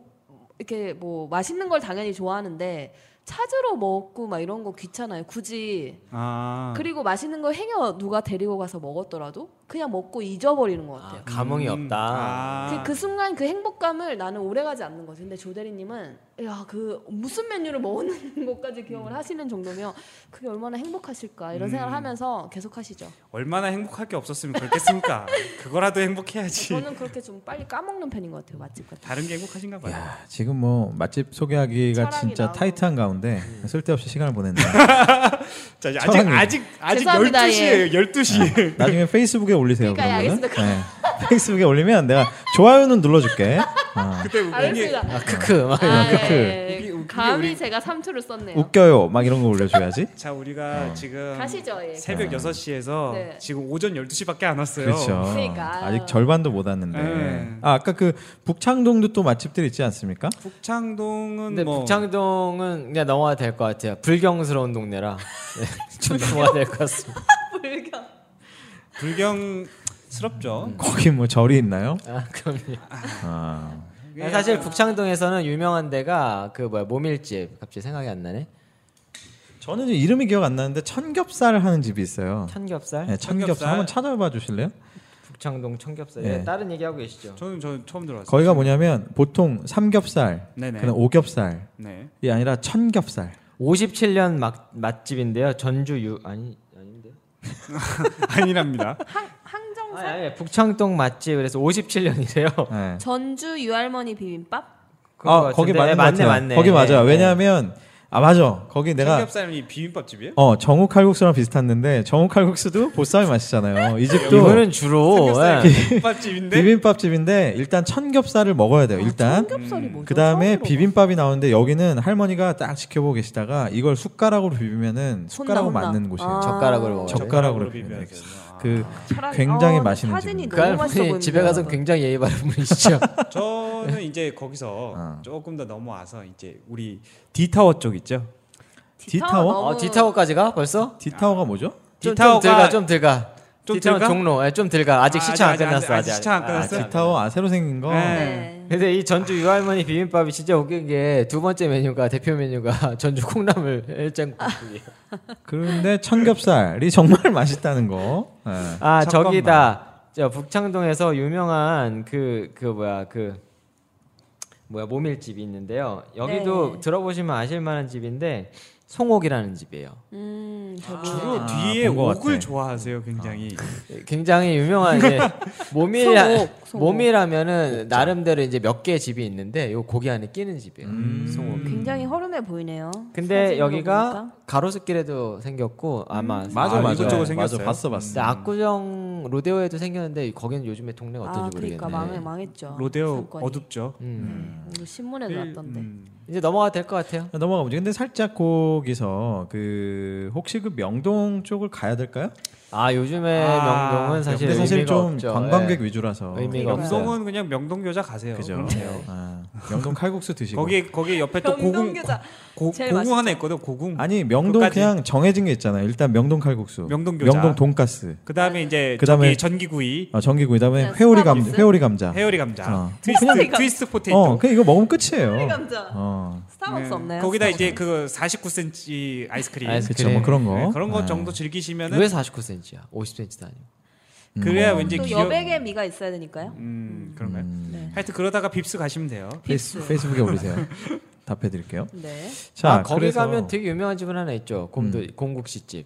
S3: 이렇게 뭐 맛있는 걸 당연히 좋아하는데 찾으러 먹고 막 이런 거 귀찮아요. 굳이
S4: 아.
S3: 그리고 맛있는 걸 행여 누가 데리고 가서 먹었더라도 그냥 먹고 잊어버리는 것 같아요.
S2: 아, 감흥이
S4: 음,
S2: 없다.
S4: 아.
S3: 그, 그 순간 그 행복감을 나는 오래가지 않는 거지. 근데 조대리님은 야 그 무슨 메뉴를 먹는 것까지
S1: 음.
S3: 기억을 하시는 정도면 그게 얼마나 행복하실까 이런 생각을 하면서 계속 하시죠.
S4: 얼마나 행복할 게 없었으면 그랬겠습니까? 그거라도 행복해야지.
S3: 저는 그렇게 좀 빨리 까먹는 편인 것 같아요 맛집 같은.
S4: 다른 게 행복하신가 봐요.
S1: 야, 지금 뭐 맛집 소개하기가
S3: 철학이
S1: 진짜
S3: 나오고.
S1: 타이트한 가운데 쓸데없이 시간을 보냈네.
S4: 자, 이제 아직
S1: 철학이-
S4: 아직 아직
S3: 죄송합니다,
S4: 12시예요. 12시.
S1: 나중에 페이스북에 올리세요.
S3: 그러니까,
S1: 그러면은.
S3: 알겠습니다.
S1: 네. 페이스북에 올리면 내가 좋아요는 눌러줄게. 어.
S4: 그때 뭐 웃긴
S3: 알겠습니다.
S2: 아, 크크. 막
S3: 아,
S1: 크크.
S3: 예,
S1: 그
S3: 예.
S4: 우기- 우기-
S3: 감히
S4: 우리-
S3: 제가 3초를 썼네요.
S1: 웃겨요. 막 이런 거 올려줘야지.
S4: 게, 자, 우리가
S1: 어.
S4: 지금
S3: 가시죠. 예.
S4: 새벽 6시에서
S3: 네.
S4: 지금 오전 12시밖에 안 왔어요.
S1: 그렇죠.
S3: 그러니까.
S1: 아직 절반도 못 왔는데.
S4: 네.
S1: 아, 아까 그 북창동도 또 맛집들 있지 않습니까?
S4: 북창동은
S2: 근데
S4: 뭐
S2: 북창동은 그냥 넘어가야 될 것 같아요. 불경스러운 동네라 네, 좀 넘어가야 될 것 같습니다.
S3: 불경.
S4: 불경스럽죠.
S1: 거기 뭐 절이 있나요?
S2: 아, 그럼요.
S1: 아,
S4: 예.
S2: 아니, 사실 북창동에서는 유명한 데가 그 뭐야 모밀집 갑자기 생각이 안 나네.
S1: 저는 지금 이름이 기억 안 나는데 천겹살 하는 집이 있어요.
S2: 청겹살.
S1: 네,
S4: 천겹살.
S1: 천겹살 한번 찾아봐 주실래요?
S2: 북창동 청겹살.
S1: 네.
S2: 예, 다른 얘기하고 계시죠.
S4: 저는 저 처음 들어봤어요.
S1: 거기가 뭐냐면 보통 삼겹살,
S4: 네네.
S1: 그다음 오겹살,
S4: 네.
S1: 이 아니라 천겹살.
S2: 57년 맛, 맛집인데요. 전주 유 아니 아닌데.
S4: 아니랍니다.
S2: 아,
S4: 예.
S3: 항정살.
S2: 아니, 북창동 맛집 그래서 57년이래요.
S1: 네.
S3: 전주 유할머니 비빔밥.
S1: 아 거기 맞는 것
S2: 맞네
S1: 같아요.
S2: 맞네.
S1: 거기 맞아.
S2: 네,
S1: 왜냐하면 아 맞아. 거기 내가
S4: 삼겹살이 비빔밥집이에요?
S1: 어 정욱 칼국수랑 비슷한데 정욱 칼국수도 보쌈이 맛있잖아요. 이
S2: 네.
S1: 집도
S2: 이거는 주로
S4: 삼겹살
S2: 예.
S4: 비빔밥집인데
S1: 비빔밥 집인데 일단 천겹살을 먹어야 돼요. 일단
S3: 삼겹살이 뭐죠?
S1: 아, 그 다음에
S3: 아, 처음
S1: 비빔밥이 나오는데 여기는 할머니가 딱 지켜보고 계시다가 이걸 숟가락으로 비비면은 숟가락으로
S3: 혼나, 혼나.
S1: 맞는 곳이에요.
S3: 아.
S2: 젓가락으로 먹어요.
S1: 젓가락으로 비비면
S4: 비벼야죠. 아.
S1: 그
S3: 차라리-
S1: 굉장히
S3: 아,
S1: 맛있는
S3: 사진이
S1: 집입니다.
S2: 그
S3: 너무 맛있어
S2: 할머니
S3: 보입니다.
S2: 집에 가서 굉장히 예의 바른 분이시죠.
S4: 저는 이제 거기서
S1: 어.
S4: 조금 더 넘어와서 이제 우리 디타워 쪽 있죠.
S1: 디타워?
S3: 너무-
S2: 어, 디타워까지가 벌써?
S1: 디타워가 뭐죠?
S2: 좀,
S4: 디타워가-
S2: 좀 들가 좀 들가.
S4: 좀
S2: 디타워
S4: 들가?
S2: 종로. 예, 좀 들가. 아직
S4: 아,
S2: 시청 안
S4: 아직, 아직,
S2: 끝났어.
S4: 아직 시청 안
S1: 아,
S4: 끝났어요?
S1: 디타워 아 새로 생긴 거.
S4: 네.
S3: 네.
S2: 근데 이 전주 유할머니 비빔밥이 진짜 웃긴 게 두 번째 메뉴가 대표 메뉴가 전주 콩나물 일장국이에요.
S1: 그런데 천겹살이 정말 맛있다는 거. 네.
S2: 아
S4: 잠깐만.
S2: 저기다 자, 북창동에서 유명한 그 그 뭐야 그 뭐야 모밀집이 있는데요. 여기도
S3: 네.
S2: 들어보시면 아실 만한 집인데 송옥이라는 집이에요.
S3: 음, 저도
S4: 주로
S1: 아,
S4: 뒤에
S1: 본것
S4: 옥을
S1: 같아.
S4: 좋아하세요, 굉장히.
S2: 굉장히 유명한 이제 모밀 아,
S3: 송옥, 송옥.
S2: 모밀하면은 나름대로 이제 몇 개 집이 있는데 요 고기 안에 끼는 집이에요.
S1: 음.
S2: 송옥.
S3: 굉장히 허름해 보이네요.
S2: 근데
S3: 사진으로
S2: 여기가
S3: 보니까.
S2: 가로수길에도 생겼고 아마
S4: 맞아,
S1: 아,
S4: 맞아.
S1: 맞아.
S4: 이것저것
S1: 맞아,
S4: 생겼어요.
S1: 봤어, 봤어.
S2: 근데 압구정 로데오에도 생겼는데 거기는 요즘에 동네가
S3: 아,
S2: 어떤지
S3: 그러니까
S2: 모르겠네.
S3: 망해, 망했죠.
S4: 로데오
S3: 사건이.
S4: 어둡죠.
S2: 음.
S3: 오늘 신문에도 났던데.
S4: 음.
S2: 이제 넘어가 도 될 것 같아요.
S1: 넘어가 보죠. 근데 살짝 거기서 그 혹시 그 명동 쪽을 가야 될까요?
S2: 아 요즘에
S4: 아,
S2: 명동은 사실
S1: 근데 사실
S2: 의미가
S1: 좀
S2: 없죠.
S1: 관광객
S2: 예.
S1: 위주라서
S2: 의미가
S3: 그러니까요.
S2: 없어요.
S4: 명동은 그냥 명동교자 가세요.
S1: 그죠. 네. 아, 명동 칼국수 드시고
S4: 거기 거기 옆에 또 고궁 어.
S3: 병동교자.
S4: 고,
S3: 제일
S4: 고궁
S3: 맛있죠.
S4: 하나 있거든. 고궁.
S1: 아니 명동
S4: 끝까지.
S1: 그냥 정해진 게 있잖아요. 일단 명동 칼국수,
S4: 명동 교자.
S1: 명동 돈가스,
S4: 그다음에 이제
S1: 그다음에
S4: 저기 전기구이,
S1: 어, 전기구이 다음에
S3: 그냥
S1: 회오리 감
S3: 스타벅스?
S1: 회오리 감자.
S4: 해오리 감자,
S1: 어.
S4: 트위스트
S3: 그냥-
S4: 트위스트 포테이토.
S1: 어, 그냥 이거 먹으면 끝이에요.
S3: 감자.
S1: 어,
S3: 음. 스타벅스
S4: 네.
S3: 없나요?
S4: 거기다
S3: 스타벅스?
S4: 이제 그 49cm 아이스크림.
S2: 아이스크림.
S1: 그렇죠. 뭐 그런 거.
S4: 네, 그런 거
S1: 아.
S4: 정도 즐기시면은
S2: 왜 49cm야? 50cm도 아니고.
S1: 음.
S4: 그래야 왠지
S3: 또
S4: 기억.
S3: 여백의 미가 있어야 되니까요.
S4: 음 그런가요?
S3: 네.
S4: 하여튼 그러다가 빕스 가시면 돼요.
S1: 페이스, 페이스북에 올리세요. 답해드릴게요.
S3: 네.
S1: 자,
S2: 아, 거기
S1: 그래서-
S2: 가면 되게 유명한 집은 하나 있죠. 곰도 공국시 집.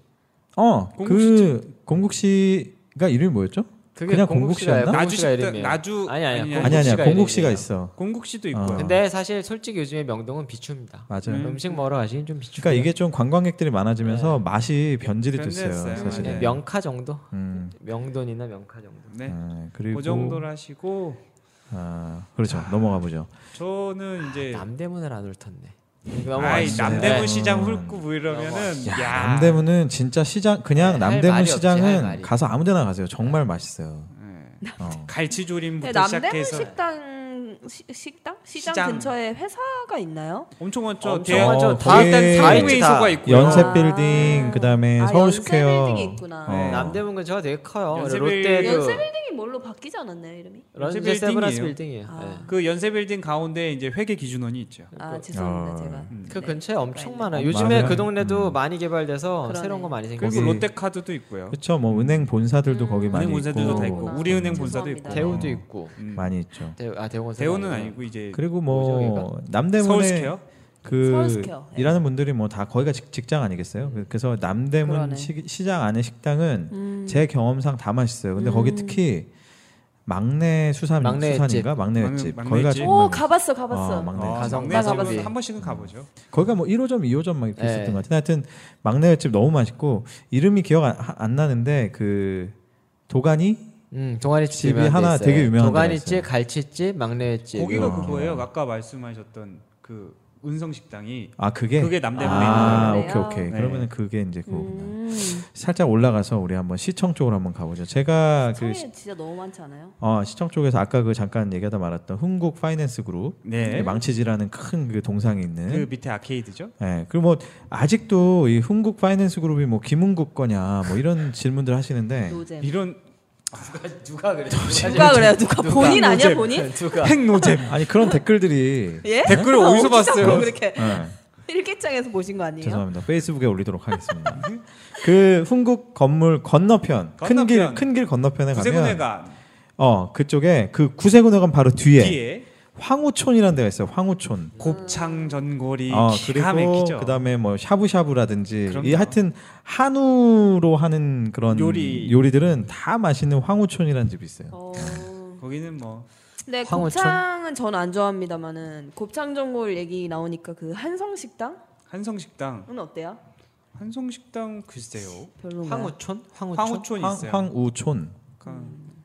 S1: 어, 그 공국 씨가 이름이 뭐였죠?
S2: 그게
S1: 그냥
S2: 공국시가예요.
S1: 공국시였나?
S4: 나주
S2: 공국시가
S4: 식당
S2: 이름이에요.
S4: 나주
S2: 아니, 아니,
S1: 아니 아니야,
S2: 공국 씨가
S1: 공국 씨가
S2: 이름이에요.
S1: 있어.
S4: 공국 씨도
S1: 어.
S4: 있고요.
S2: 근데 사실 솔직히 요즘에 명동은 비추입니다.
S1: 맞아요.
S4: 음.
S2: 음. 식 먹으러 가시긴 좀 비추.
S1: 그러니까 이게 좀 관광객들이 많아지면서 맛이 변질이 됐어요.
S4: 네. 변질했어요.
S1: 사실.
S4: 맞아요.
S2: 네, 명카 정도,
S1: 음,
S2: 명돈이나 명카 정도.
S4: 네.
S1: 아, 그리고
S4: 그 정도로 하시고
S1: 아, 그렇죠. 넘어가 보죠.
S4: 저는 이제
S2: 남대문을 안 훑었네.
S4: 네. 아이
S2: 넘어가시죠.
S4: 남대문
S1: 네.
S4: 시장
S1: 아, 음.
S4: 훑고 뭐 이러면은
S1: 야,
S4: 야,
S1: 남대문은 진짜 시장 그냥
S2: 네, 할
S1: 남대문
S2: 말이 없지, 할
S1: 시장은
S2: 말이.
S1: 가서 아무데나 가세요. 정말 맛있어요.
S4: 네.
S1: 어.
S3: 근데
S4: 갈치조림부터
S3: 네, 남대문
S4: 시작해서
S3: 식당 시, 식당 시장,
S4: 시장.
S3: 근처에 회사가 있나요?
S4: 엄청 많죠.
S2: 엄청
S4: 대학
S1: 많죠.
S4: 어,
S1: 다
S4: 일단
S1: 있-
S4: 상호회의소가
S2: 다
S4: 있고요.
S1: 그 연세
S3: 아.
S1: 빌딩 그다음에
S3: 아,
S1: 서울
S3: 연세
S1: 스퀘어.
S3: 빌딩이 있구나.
S4: 네.
S1: 어.
S2: 남대문 근처가 되게 커요.
S4: 연세 빌딩.
S2: 롯데도
S3: 연세 빌딩이 뭘로 바뀌지 않았나요 이름이?
S4: 연세
S2: 런제
S4: 빌딩이에요.
S2: 세브란스 빌딩이에요.
S3: 아.
S2: 예.
S4: 그 연세 빌딩 가운데 이제 회계 기준원이 있죠.
S3: 아 죄송합니다
S1: 어.
S3: 제가.
S2: 그
S4: 음.
S3: 네.
S2: 근처에 엄청
S3: 있네.
S2: 많아요.
S1: 어,
S2: 요즘에
S1: 맞아요.
S2: 그 동네도 많이 개발돼서
S3: 그러네.
S2: 새로운 거 많이 생겼어요.
S4: 그리고
S1: 거기-
S4: 롯데카드도 있고요.
S1: 그렇죠. 뭐 은행 본사들도 거기 많이
S4: 음. 은행 본사들도
S1: 있고,
S4: 다 있고
S3: 그렇구나.
S4: 우리은행 본사도 있고
S3: 죄송합니다.
S2: 대우도
S1: 어.
S2: 있고.
S4: 음.
S1: 많이 있죠.
S2: 대우 아 대우는
S4: 대우는 아니고 이제
S1: 그리고
S2: 뭐죠,
S1: 뭐 남대문에
S4: 예. 서울스퀘어
S1: 그
S3: 서울스퀘어, 예.
S1: 일하는 분들이 뭐 다 거기가 직- 직장 아니겠어요? 그- 그래서 남대문
S3: 그러네.
S1: 시, 시장 안에 식당은
S3: 음.
S1: 제 경험상 다 맛있어요. 근데 거기 특히 막내 수산
S2: 막내
S1: 수산인가 막내
S4: 막내-
S1: 횟집
S4: 막내
S1: 거기가
S4: 횟집.
S1: 정말
S3: 오 가봤어 가봤어.
S1: 어, 막내
S4: 어,
S1: 횟집.
S2: 가성-
S4: 막내
S2: 가성-
S4: 집은
S2: 가성-
S4: 한 번씩은 가보죠.
S1: 거기가 뭐 1호점, 2호점 막 이렇게
S2: 예.
S1: 있었던 것 같아요. 하여튼 막내 횟집 너무 맛있고 이름이 기억 안, 하- 안 나는데 그 도가니
S2: 음, 동아리집
S1: 집이
S2: 유명한 데
S1: 하나
S2: 있어요.
S1: 되게 유명한 데가 있어요.
S2: 동아리집, 갈치집, 막내집.
S4: 거기가
S1: 음.
S2: 이런 거.
S4: 그거예요. 아까 말씀하셨던 그 은성 식당이
S1: 아 그게
S4: 그게 남대문에
S1: 아
S3: 있는
S1: 오케이
S3: 거예요?
S1: 오케이
S4: 네.
S1: 그러면은 그게 이제 그거구나.
S3: 음.
S1: 살짝 올라가서 우리 한번 시청 쪽으로 한번 가보죠.
S4: 아,
S1: 제가 그
S3: 시청에 진짜 너무 많지 않아요?
S1: 어, 시청 쪽에서 아까 그 잠깐 얘기하다 말았던 흥국 파이낸스 그룹
S4: 네.
S1: 망치지라는 큰 그 동상이
S4: 그
S1: 있는
S4: 밑에 아케이드죠.
S1: 예, 그리고 뭐 아직도 이 흥국 파이낸스 그룹이 뭐 김흥국 거냐 뭐 이런 질문들 하시는데
S3: 노잼.
S4: 네. 이런
S2: 네. 아. 누가 그래?
S3: 누가 그래요? 누가 본인 아니야
S4: 노잼.
S3: 본인?
S2: 누가? 네? 아,
S4: 핵노잼
S1: 뭐 아니 그런 댓글들이
S3: 예?
S4: 댓글 어디서
S3: 어디서
S4: 봤어요?
S3: 그렇게
S1: 예,
S3: 일기장에서 보신 거 아니에요?
S1: 죄송합니다 페이스북에 올리도록 하겠습니다. 그 흥국 건물 건너편 큰
S4: 건너편.
S1: 길 큰 길 건너편에 가면
S4: 구세군회관
S1: 어 그쪽에 그 구세군회관 바로 뒤에,
S4: 뒤에
S1: 황우촌이라는 데가 있어요. 황우촌
S2: 음.
S4: 곱창 전골이
S1: 어,
S4: 기가 막히죠.
S1: 그리고 그다음에 뭐 샤브샤브라든지
S4: 그럼요.
S1: 이 하여튼 한우로 하는 그런
S4: 요리.
S1: 들은다 맛있는 황우촌이라는 집이 있어요.
S3: 어.
S4: 거기는 뭐
S3: 네
S2: 황호천?
S3: 곱창은 전 안 좋아합니다만은 곱창 전골 얘기 나오니까 그 한성 식당은
S4: 한성 식당,
S3: 어때요?
S4: 한성 식당 글쎄요.
S3: 별로인가요?
S2: 황우촌? 황우촌?
S4: 황우촌
S1: 황,
S4: 있어요. 그러니까
S1: 황우촌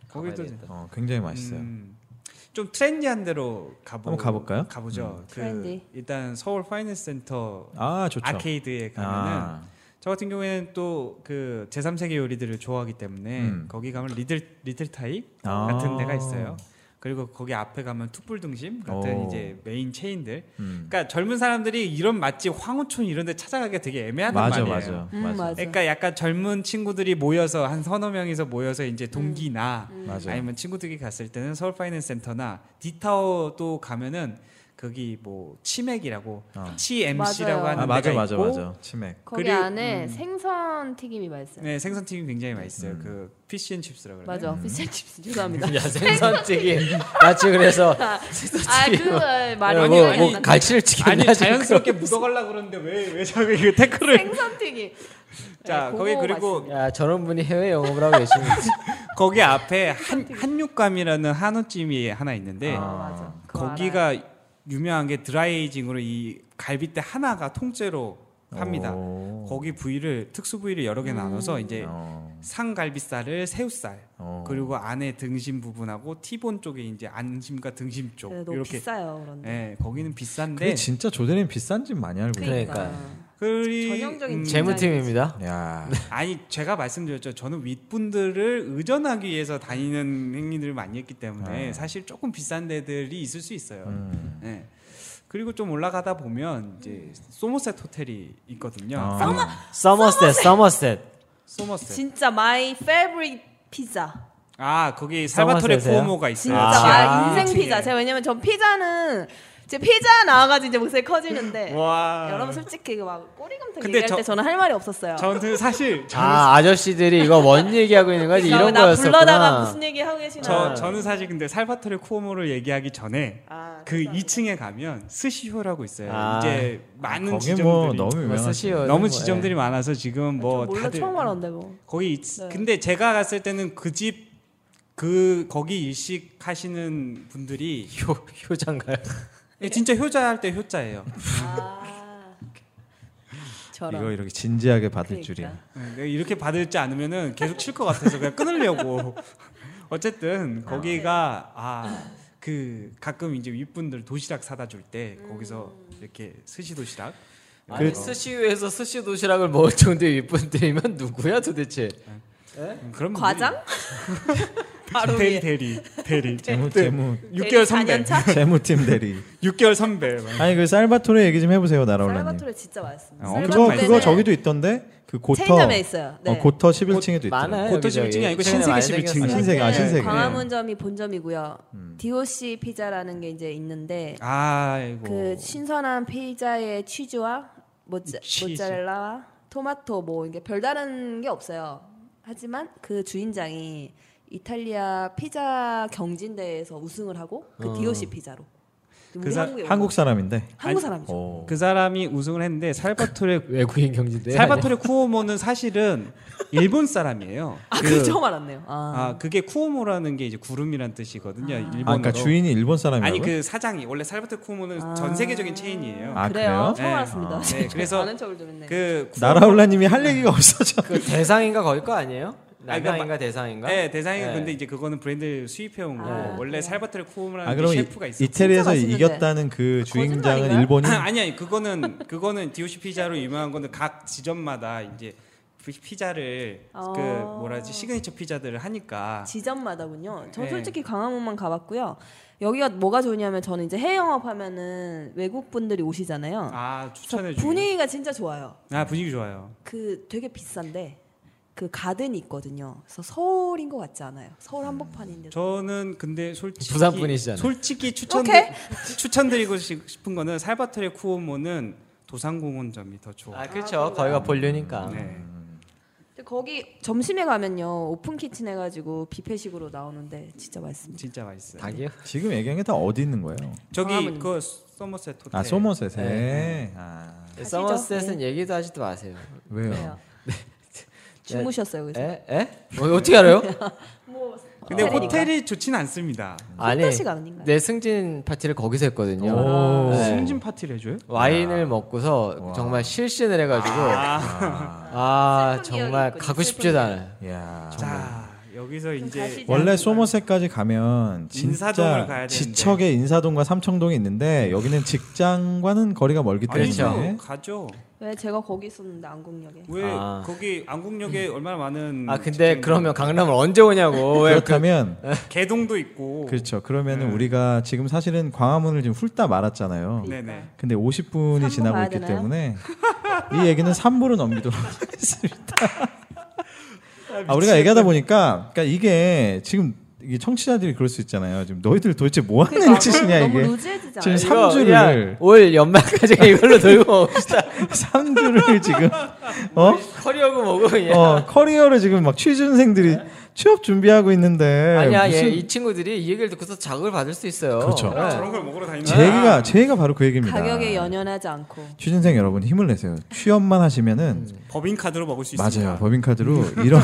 S4: 거기도
S2: 가봐야겠다.
S1: 어, 굉장히 맛있어요.
S4: 음, 좀 트렌디한 데로 가보
S1: 한번 가볼까요?
S4: 가보죠. 그
S3: 트렌디.
S4: 일단 서울 파이낸스 센터
S1: 아 좋죠.
S4: 아케이드에 가면은
S1: 아,
S4: 저 같은 경우에는 또 그 제3세계 요리들을 좋아하기 때문에
S1: 음.
S4: 거기 가면 리틀 리틀 타이
S1: 아.
S4: 같은 데가 있어요. 그리고 거기 앞에 가면 툭불 등심 같은
S1: 오.
S4: 이제 메인 체인들.
S1: 음.
S4: 그러니까 젊은 사람들이 이런 맛집 황우촌 이런 데 찾아가기가 되게 애매하단
S1: 맞아
S4: 말이에요.
S1: 맞아
S3: 음,
S1: 맞아
S3: 맞아.
S4: 그러니까 약간 젊은 친구들이 모여서 한 서너 명이서 모여서 이제 동기나
S3: 음.
S1: 맞아.
S4: 아니면 친구들이 갔을 때는 서울 파이낸스 센터나 디타워도 가면은 거기 뭐 치맥이라고
S1: 어.
S4: 치MC라고
S3: 맞아요.
S4: 하는
S1: 아 맞아
S4: 데가
S1: 맞아
S4: 있고
S1: 맞아 치맥
S3: 거기
S4: 그리고-
S3: 안에 생선 튀김이 맛있어요.
S4: 네 생선 튀김 굉장히 맛있어요.
S1: 음.
S4: 그 피쉬앤칩스라고 그러나
S3: 맞아. 피자칩스 죄송합니다. 아,
S2: 야 생선찌개 마치 그래서
S3: 아그 말이
S2: 뭐,
S4: 아니,
S2: 뭐 갈치를
S4: 아니
S2: 찌겠냐
S4: 자연스럽게 묻어가려 그러는데 왜 왜 자꾸 이거 태클을
S3: 생선 튀김.
S4: 자
S3: 네,
S4: 거기
S3: 그거
S4: 그리고
S3: 맛있어요.
S2: 야 저런 분이 해외 영업을 하고 계십니다
S4: 거기 앞에 한 한육감이라는 한우찜이 하나 있는데
S3: 아, 맞아. 그거 알아요.
S4: 거기가 유명한 게 드라이징으로 이 갈비뼈 하나가 통째로 팝니다.
S1: 오.
S4: 거기 부위를 특수 부위를 여러 개
S3: 음.
S4: 나눠서 이제
S1: 어.
S4: 상갈비살을 새우살
S1: 어.
S4: 그리고 안에 등심 부분하고 티본 쪽에 이제 안심과 등심 쪽
S3: 네, 너무
S4: 이렇게
S3: 비싸요 그런데.
S4: 예 거기는
S1: 그게
S4: 비싼데
S1: 진짜 조대님 비싼 집 많이 알고 있네.
S2: 그러니까.
S4: 그리-
S3: 전형적인
S4: 음,
S3: 재무-
S2: 재무팀입니다
S1: 야.
S4: 아니 제가 말씀드렸죠 저는 윗분들을 의존하기 위해서 다니는 행위들을 많이 했기 때문에
S1: 아.
S4: 사실 조금 비싼 데들이 있을 수 있어요
S1: 음.
S4: 예. 그리고 좀 올라가다 보면 이제 소모셋 호텔이 있거든요.
S1: 아.
S2: 서머셋 서머셋
S4: 소모셋.
S3: 진짜 마이 페브릭 피자.
S4: 아 거기 살바토레
S2: 소모셋이에요?
S4: 쿠오모가 있어요.
S3: 진짜
S2: 아.
S3: 아, 인생
S4: 층에.
S3: 피자. 제가 왜냐면 전 피자는 제 피자 나와가지고 이제 목소리 커지는데
S4: 와.
S3: 여러분 솔직히 이거 막 꼬리금탕
S4: 근데
S3: 얘기할
S4: 저-
S3: 때 저는 할 말이 없었어요.
S4: 저는 사실 저는,
S2: 아 아저씨들이 이거 뭔 얘기하고 있는 거지 이런
S3: 나 불러다가
S2: 거였었구나
S3: 무슨 얘기 하고 계시나.
S4: 저 저는 사실 근데 살바토레 쿠오모를 얘기하기 전에
S3: 아,
S4: 그 2층에 가면 스시효라고 있어요.
S2: 아.
S4: 이제 많은
S1: 거기
S4: 지점들이
S1: 뭐 너무 네.
S2: 뭐
S1: 유명한
S2: 스시요
S4: 너무
S2: 뭐,
S4: 지점들이 많아서 지금 뭐
S3: 뭐 몰라
S4: 다들
S3: 처음 알았는데 뭐.
S4: 거기 있-
S3: 네.
S4: 근데 제가 갔을 때는 그 집 그 거기 일식 하시는 분들이
S2: 예. 효 효자인가요?
S3: 네.
S4: 예, 진짜 효자 할 때 효자예요.
S3: 아,
S1: 이거
S3: 저런.
S1: 이렇게 진지하게 받을
S3: 그러니까.
S1: 줄이야.
S4: 네, 내가 이렇게 받을지 않으면은 계속 칠 것 같아서 그냥 끊으려고. 어쨌든
S3: 네.
S4: 거기가 아 그 가끔 이제 윗분들 도시락 사다 줄 때 거기서
S3: 음.
S4: 이렇게 스시 도시락.
S2: 아니 그
S4: 뭐.
S2: 스시위에서 스시 도시락을 먹을 정도의 윗분들이면 누구야 도대체?
S4: 음, 그런
S3: 과장? 바로
S4: 분들이
S3: 위에.
S4: 대리 대리 대리
S1: 재무 재무
S4: 6개월
S3: 대리
S4: 선배
S3: 4년차?
S1: 재무팀 대리.
S4: 6개월 선배
S1: 아니 그 살바토레 얘기 좀 해보세요 나라올라님.
S3: 살바토레 진짜 아, 맛있습니다.
S4: 어,
S1: 그거
S4: 엄청
S3: 살바토레는
S1: 그거 저기도 있던데 그 고터
S3: 체인점에 있어요. 네.
S1: 어, 고터 11층에도 있더라고.
S2: 많아요.
S4: 고토
S2: 여기저기.
S4: 11층이 아니고
S2: 최근에
S4: 신세계
S2: 많이
S4: 11층.
S2: 생겼어요.
S1: 아, 신세계, 아,
S3: 네,
S1: 신세계.
S3: 광화문점이 본점이고요.
S4: 음.
S3: DOC 피자라는 게 이제 있는데
S4: 아이고
S3: 그 신선한 피자의 치즈와 모짜,
S4: 뭐. 치즈.
S3: 모짜렐라와 토마토 뭐 이게 별다른 게 없어요. 하지만 그 주인장이 이탈리아 피자 경진대회에서 우승을 하고 그
S2: 어.
S3: DOC 피자로 우리
S4: 그 사-
S3: 한국에
S1: 한국 사람인데. 어.
S3: 오고- 한국 사람이죠.
S1: 오.
S4: 그 사람이 우승을 했는데 살바토레
S2: 외국인 경진대.
S4: 살바토레 쿠오모는 사실은 일본 사람이에요.
S3: 아,
S4: 그-
S3: 그, 거 처음 알았네요. 아,
S4: 아 그게 쿠오모라는 게 이제 구름이란 뜻이거든요. 일본어로.
S1: 아, 그러니까 주인이 일본 사람이라고?
S4: 아니 그 사장이 원래 살바토 쿠오모는
S3: 아.
S4: 전 세계적인 체인이에요.
S1: 아,
S3: 그래요?
S1: 그래요?
S3: 처음
S4: 네.
S3: 알았습니다.
S4: 네, 그래서
S3: 아는 척을 좀 했네.
S4: 그 쿠-
S1: 나라올라님이 할 얘기가 없어져.
S2: 그 대상인가 거기 거 아니에요?
S4: 아, 그러니까
S2: 남양인가 대상인가?
S4: 네, 대상이
S2: 네.
S4: 근데 이제 그거는 브랜드 수입해 온 거고
S3: 아,
S4: 원래
S3: 그래요?
S4: 살바토레 쿠오모라는
S1: 아
S4: 게
S1: 그럼 이,
S4: 셰프가 있어.
S1: 이태리에서
S3: 진짜 맛있는데.
S1: 이겼다는 그 주인장은
S3: 거짓말인가요?
S1: 일본인.
S4: 아니 아니 그거는 그거는 디오시 피자로 유명한 거는 각 지점마다 이제 피- 피자를
S3: 어.
S4: 그 뭐라지 시그니처 피자들을 하니까
S3: 지점마다군요. 저
S4: 아. 네.
S3: 솔직히 광화문만 가봤고요. 여기가 뭐가 좋냐면 저는 이제 해외 영업하면은 외국 분들이 오시잖아요.
S4: 아
S3: 저
S4: 추천해 주고
S3: 분위기가 진짜 좋아요.
S4: 아 분위기 좋아요.
S3: 그 되게 비싼데 그 가든이 있거든요. 그래서 서울인 것 같지 않아요.
S1: 음.
S3: 서울 한복판인데.
S4: 저는 근데 솔직히
S2: 부산 분이시잖아요.
S4: 솔직히 추천
S3: 오케이.
S4: 추천드리고 시- 싶은 거는 살바토레 쿠오모는 도산공원점이 더 좋아.
S2: 아 그렇죠. 거기가
S3: 아,
S2: 본류니까.
S4: 네.
S3: 근데 거기 점심에 가면요 오픈 키친 해가지고 뷔페식으로 나오는데 진짜
S1: 네.
S3: 맛있습니다.
S4: 네. 진짜 맛있어요.
S2: 닭이요?
S1: 지금 얘기한 게 다 어디 있는 거예요?
S4: 저기
S3: 광화문.
S4: 그 소머셋 호텔.
S1: 아 소머셋에.
S2: 네.
S1: 아
S3: 가시죠. 네.
S2: 서머셋은 얘기도 하지도 마세요.
S1: 왜요?
S3: 그래요. 주무셨어요
S1: 네.
S3: 그래서.
S2: 에? 에? 어, 어떻게 알아요?
S3: 뭐
S4: 근데
S3: 호텔이니까.
S4: 호텔이 좋진 않습니다.
S2: 아니
S3: 호텔식 아닌가요?
S1: 네.
S2: 내 승진 파티를 거기서 했거든요.
S1: 오.
S2: 네.
S4: 승진 파티를 해줘요?
S2: 와인을 먹고서
S1: 와.
S2: 정말 실신을 해가지고 아,
S3: 슬픈 기억이
S2: 정말
S3: 있군요.
S2: 가고
S3: 슬픈
S2: 싶지도
S3: 기억.
S2: 않아요.
S1: 야.
S4: 자 여기서
S3: 좀
S4: 이제
S3: 가시죠.
S1: 원래 소머셋까지 가면
S4: 인사동을
S1: 진짜
S4: 가야 되는데.
S1: 지척에 인사동과 삼청동이 있는데 여기는 직장과는 거리가 멀기 때문에
S4: 아니죠 뭐 네, 가죠.
S3: 왜 제가 거기 있었는데 안국역에.
S1: 뭐
S4: 왜
S2: 아.
S4: 거기 안국역에
S3: 음.
S4: 얼마나 많은
S1: 음,
S2: 아 근데
S4: 직장인들-
S2: 그러면 강남을 언제 오냐고 왜 그-
S1: 그렇다면
S4: 네. 개동도 있고
S1: 그렇죠. 그러면은
S4: 네.
S1: 우리가 지금 사실은 광화문을 지금 훑다 말았잖아요.
S4: 네네
S1: 근데 50분이
S3: 삼부
S1: 지나고
S3: 가야
S1: 있기
S3: 되나요?
S1: 때문에 이 얘기는 3부로 넘기도록 아, 하겠습니다. 아, 우리가 얘기하다 보니까 그러니까 이게 지금 이게 청취자들이 그럴 수 있잖아요. 지금 너희들 도대체 뭐 하는 짓이냐
S3: 그러니까 너무
S1: 이게.
S3: 루즈해지지
S1: 지금
S3: 않아요?
S1: 사- 삼주를.
S2: 그냥 올 연말까지 이걸로 들고 옵시다.
S1: 3주를 지금 어?
S2: 커리어고 뭐고 그냥.
S1: 어, 커리어를 지금 막 취준생들이 취업 준비하고 있는데
S2: 네. 아니야,
S1: 네, 무슨
S2: 예, 이 친구들이 이 얘기를 듣고서 자극을 받을 수 있어요.
S1: 그렇죠.
S2: 네.
S4: 아, 저런 걸 먹으러 다니나?
S1: 제 얘기가 제 얘기가 바로 그 얘기입니다.
S3: 가격에 연연하지 않고
S1: 취준생 여러분 힘을 내세요. 취업만 하시면은
S2: 음,
S4: 법인 카드로 먹을 수 있습니다.
S1: 맞아요. 법인카드로 이런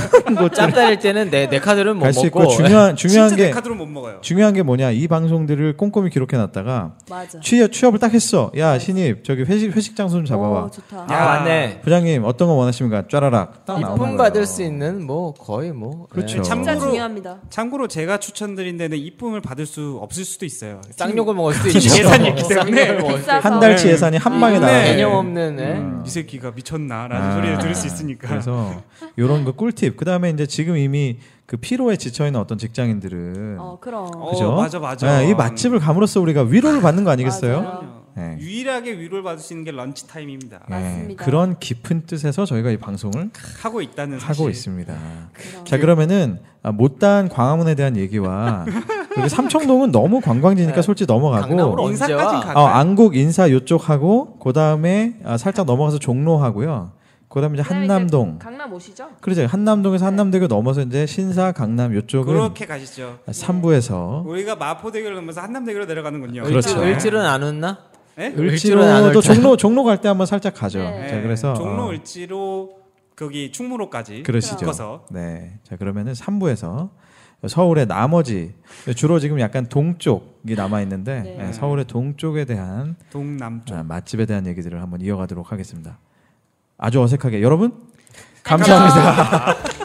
S2: 짭 다닐 때는 내, 내 카드는 음. 못
S1: 갈 수 있고
S2: 먹고 네.
S1: 중요한 중요한
S4: 진짜
S1: 게
S4: 내 카드로 못 먹어요.
S1: 중요한 게 뭐냐 이 방송들을 꼼꼼히 기록해 놨다가
S2: 네.
S3: 맞아.
S1: 취업 취업을 딱 했어. 야 신입 저기 회식 회식 장소 좀 잡아와.
S2: 어,
S3: 오, 어, 좋다.
S2: 야,
S1: 아.
S2: 맞네.
S1: 부장님 어떤 거 원하십니까? 쫘라락. 딱 나오는
S2: 이쁨
S1: 거예요.
S2: 받을 수 있는 뭐 거의 뭐
S1: 그렇죠.
S2: 네.
S4: 참-
S3: 진짜
S4: 참고로-
S3: 중요합니다.
S4: 참고로 제가 추천드린 데는 이쁨을 받을 수 없을 수도 있어요.
S2: 쌍욕을 먹을 수도 있죠.
S4: 예산이 있기 때문에.
S2: 쌍욕을 먹을 수도 있고.
S1: 한 달치
S4: 네.
S1: 예산이 뭐 한 방에
S2: 음,
S4: 네.
S1: 나와요. 음.
S2: 개념 없는 예. 애.
S4: 이 새끼가 미쳤나라는
S1: 아.
S4: 소리를 들을 수 있으니까.
S1: 그래서 요런 그 꿀팁. 그다음에 이제 지금 이미 그 피로에 지쳐 있는 어떤 직장인들은
S3: 어, 그럼.
S4: 어,
S1: 그죠?
S4: 맞아 맞아.
S1: 예, 이 맛집을 감으로써 우리가 위로를 받는 거 아니겠어요?
S3: 맞아요.
S4: 그럼요.
S1: 네.
S4: 유일하게 위로를 받을 수 있는 게 런치 타임입니다.
S1: 예,
S3: 맞습니다.
S1: 그런 깊은 뜻에서 저희가 이 방송을
S4: 하고 있다는 네, 사실.
S1: 하고 있습니다.
S3: 그럼.
S1: 자 그러면은 아, 못다한 광화문에 대한 얘기와 그리고 삼청동은 너무 관광지니까
S2: 네.
S1: 솔직히 넘어가고
S2: 강남으로
S4: 인사까진
S2: 언제와?
S4: 가.
S1: 어, 안국 인사 요쪽 하고 그 다음에 아, 살짝 넘어가서 종로 하고요. 그 다음에 이제
S3: 그다음에 이제
S1: 한남동.
S3: 강남 오시죠?
S1: 그러죠. 한남동에서 한남대교 넘어서 이제 신사 강남 요쪽은
S4: 그렇게 가시죠.
S1: 3부에서
S4: 우리가 마포대교를 넘어서 한남대교로 내려가는군요.
S1: 어? 그렇죠.
S2: 을지로는안 웃나?
S4: 예?
S2: 을지로는 안
S1: 을지로도
S2: 올까요?
S1: 종로 종로 갈 때 한번 살짝 가죠.
S3: 네.
S1: 자 그래서
S4: 종로
S1: 어,
S4: 을지로 거기 충무로까지
S1: 그러시죠.
S4: 묶어서
S1: 네. 자 그러면은 3부에서 서울의 나머지 주로 지금 약간 동쪽이 남아 있는데
S3: 네.
S1: 서울의 동쪽에 대한
S4: 동남쪽.
S1: 아, 맛집에 대한
S3: 네,
S1: 얘기들을 한번 이어가도록 하겠습니다. 아주 어색하게 여러분 감사합니다.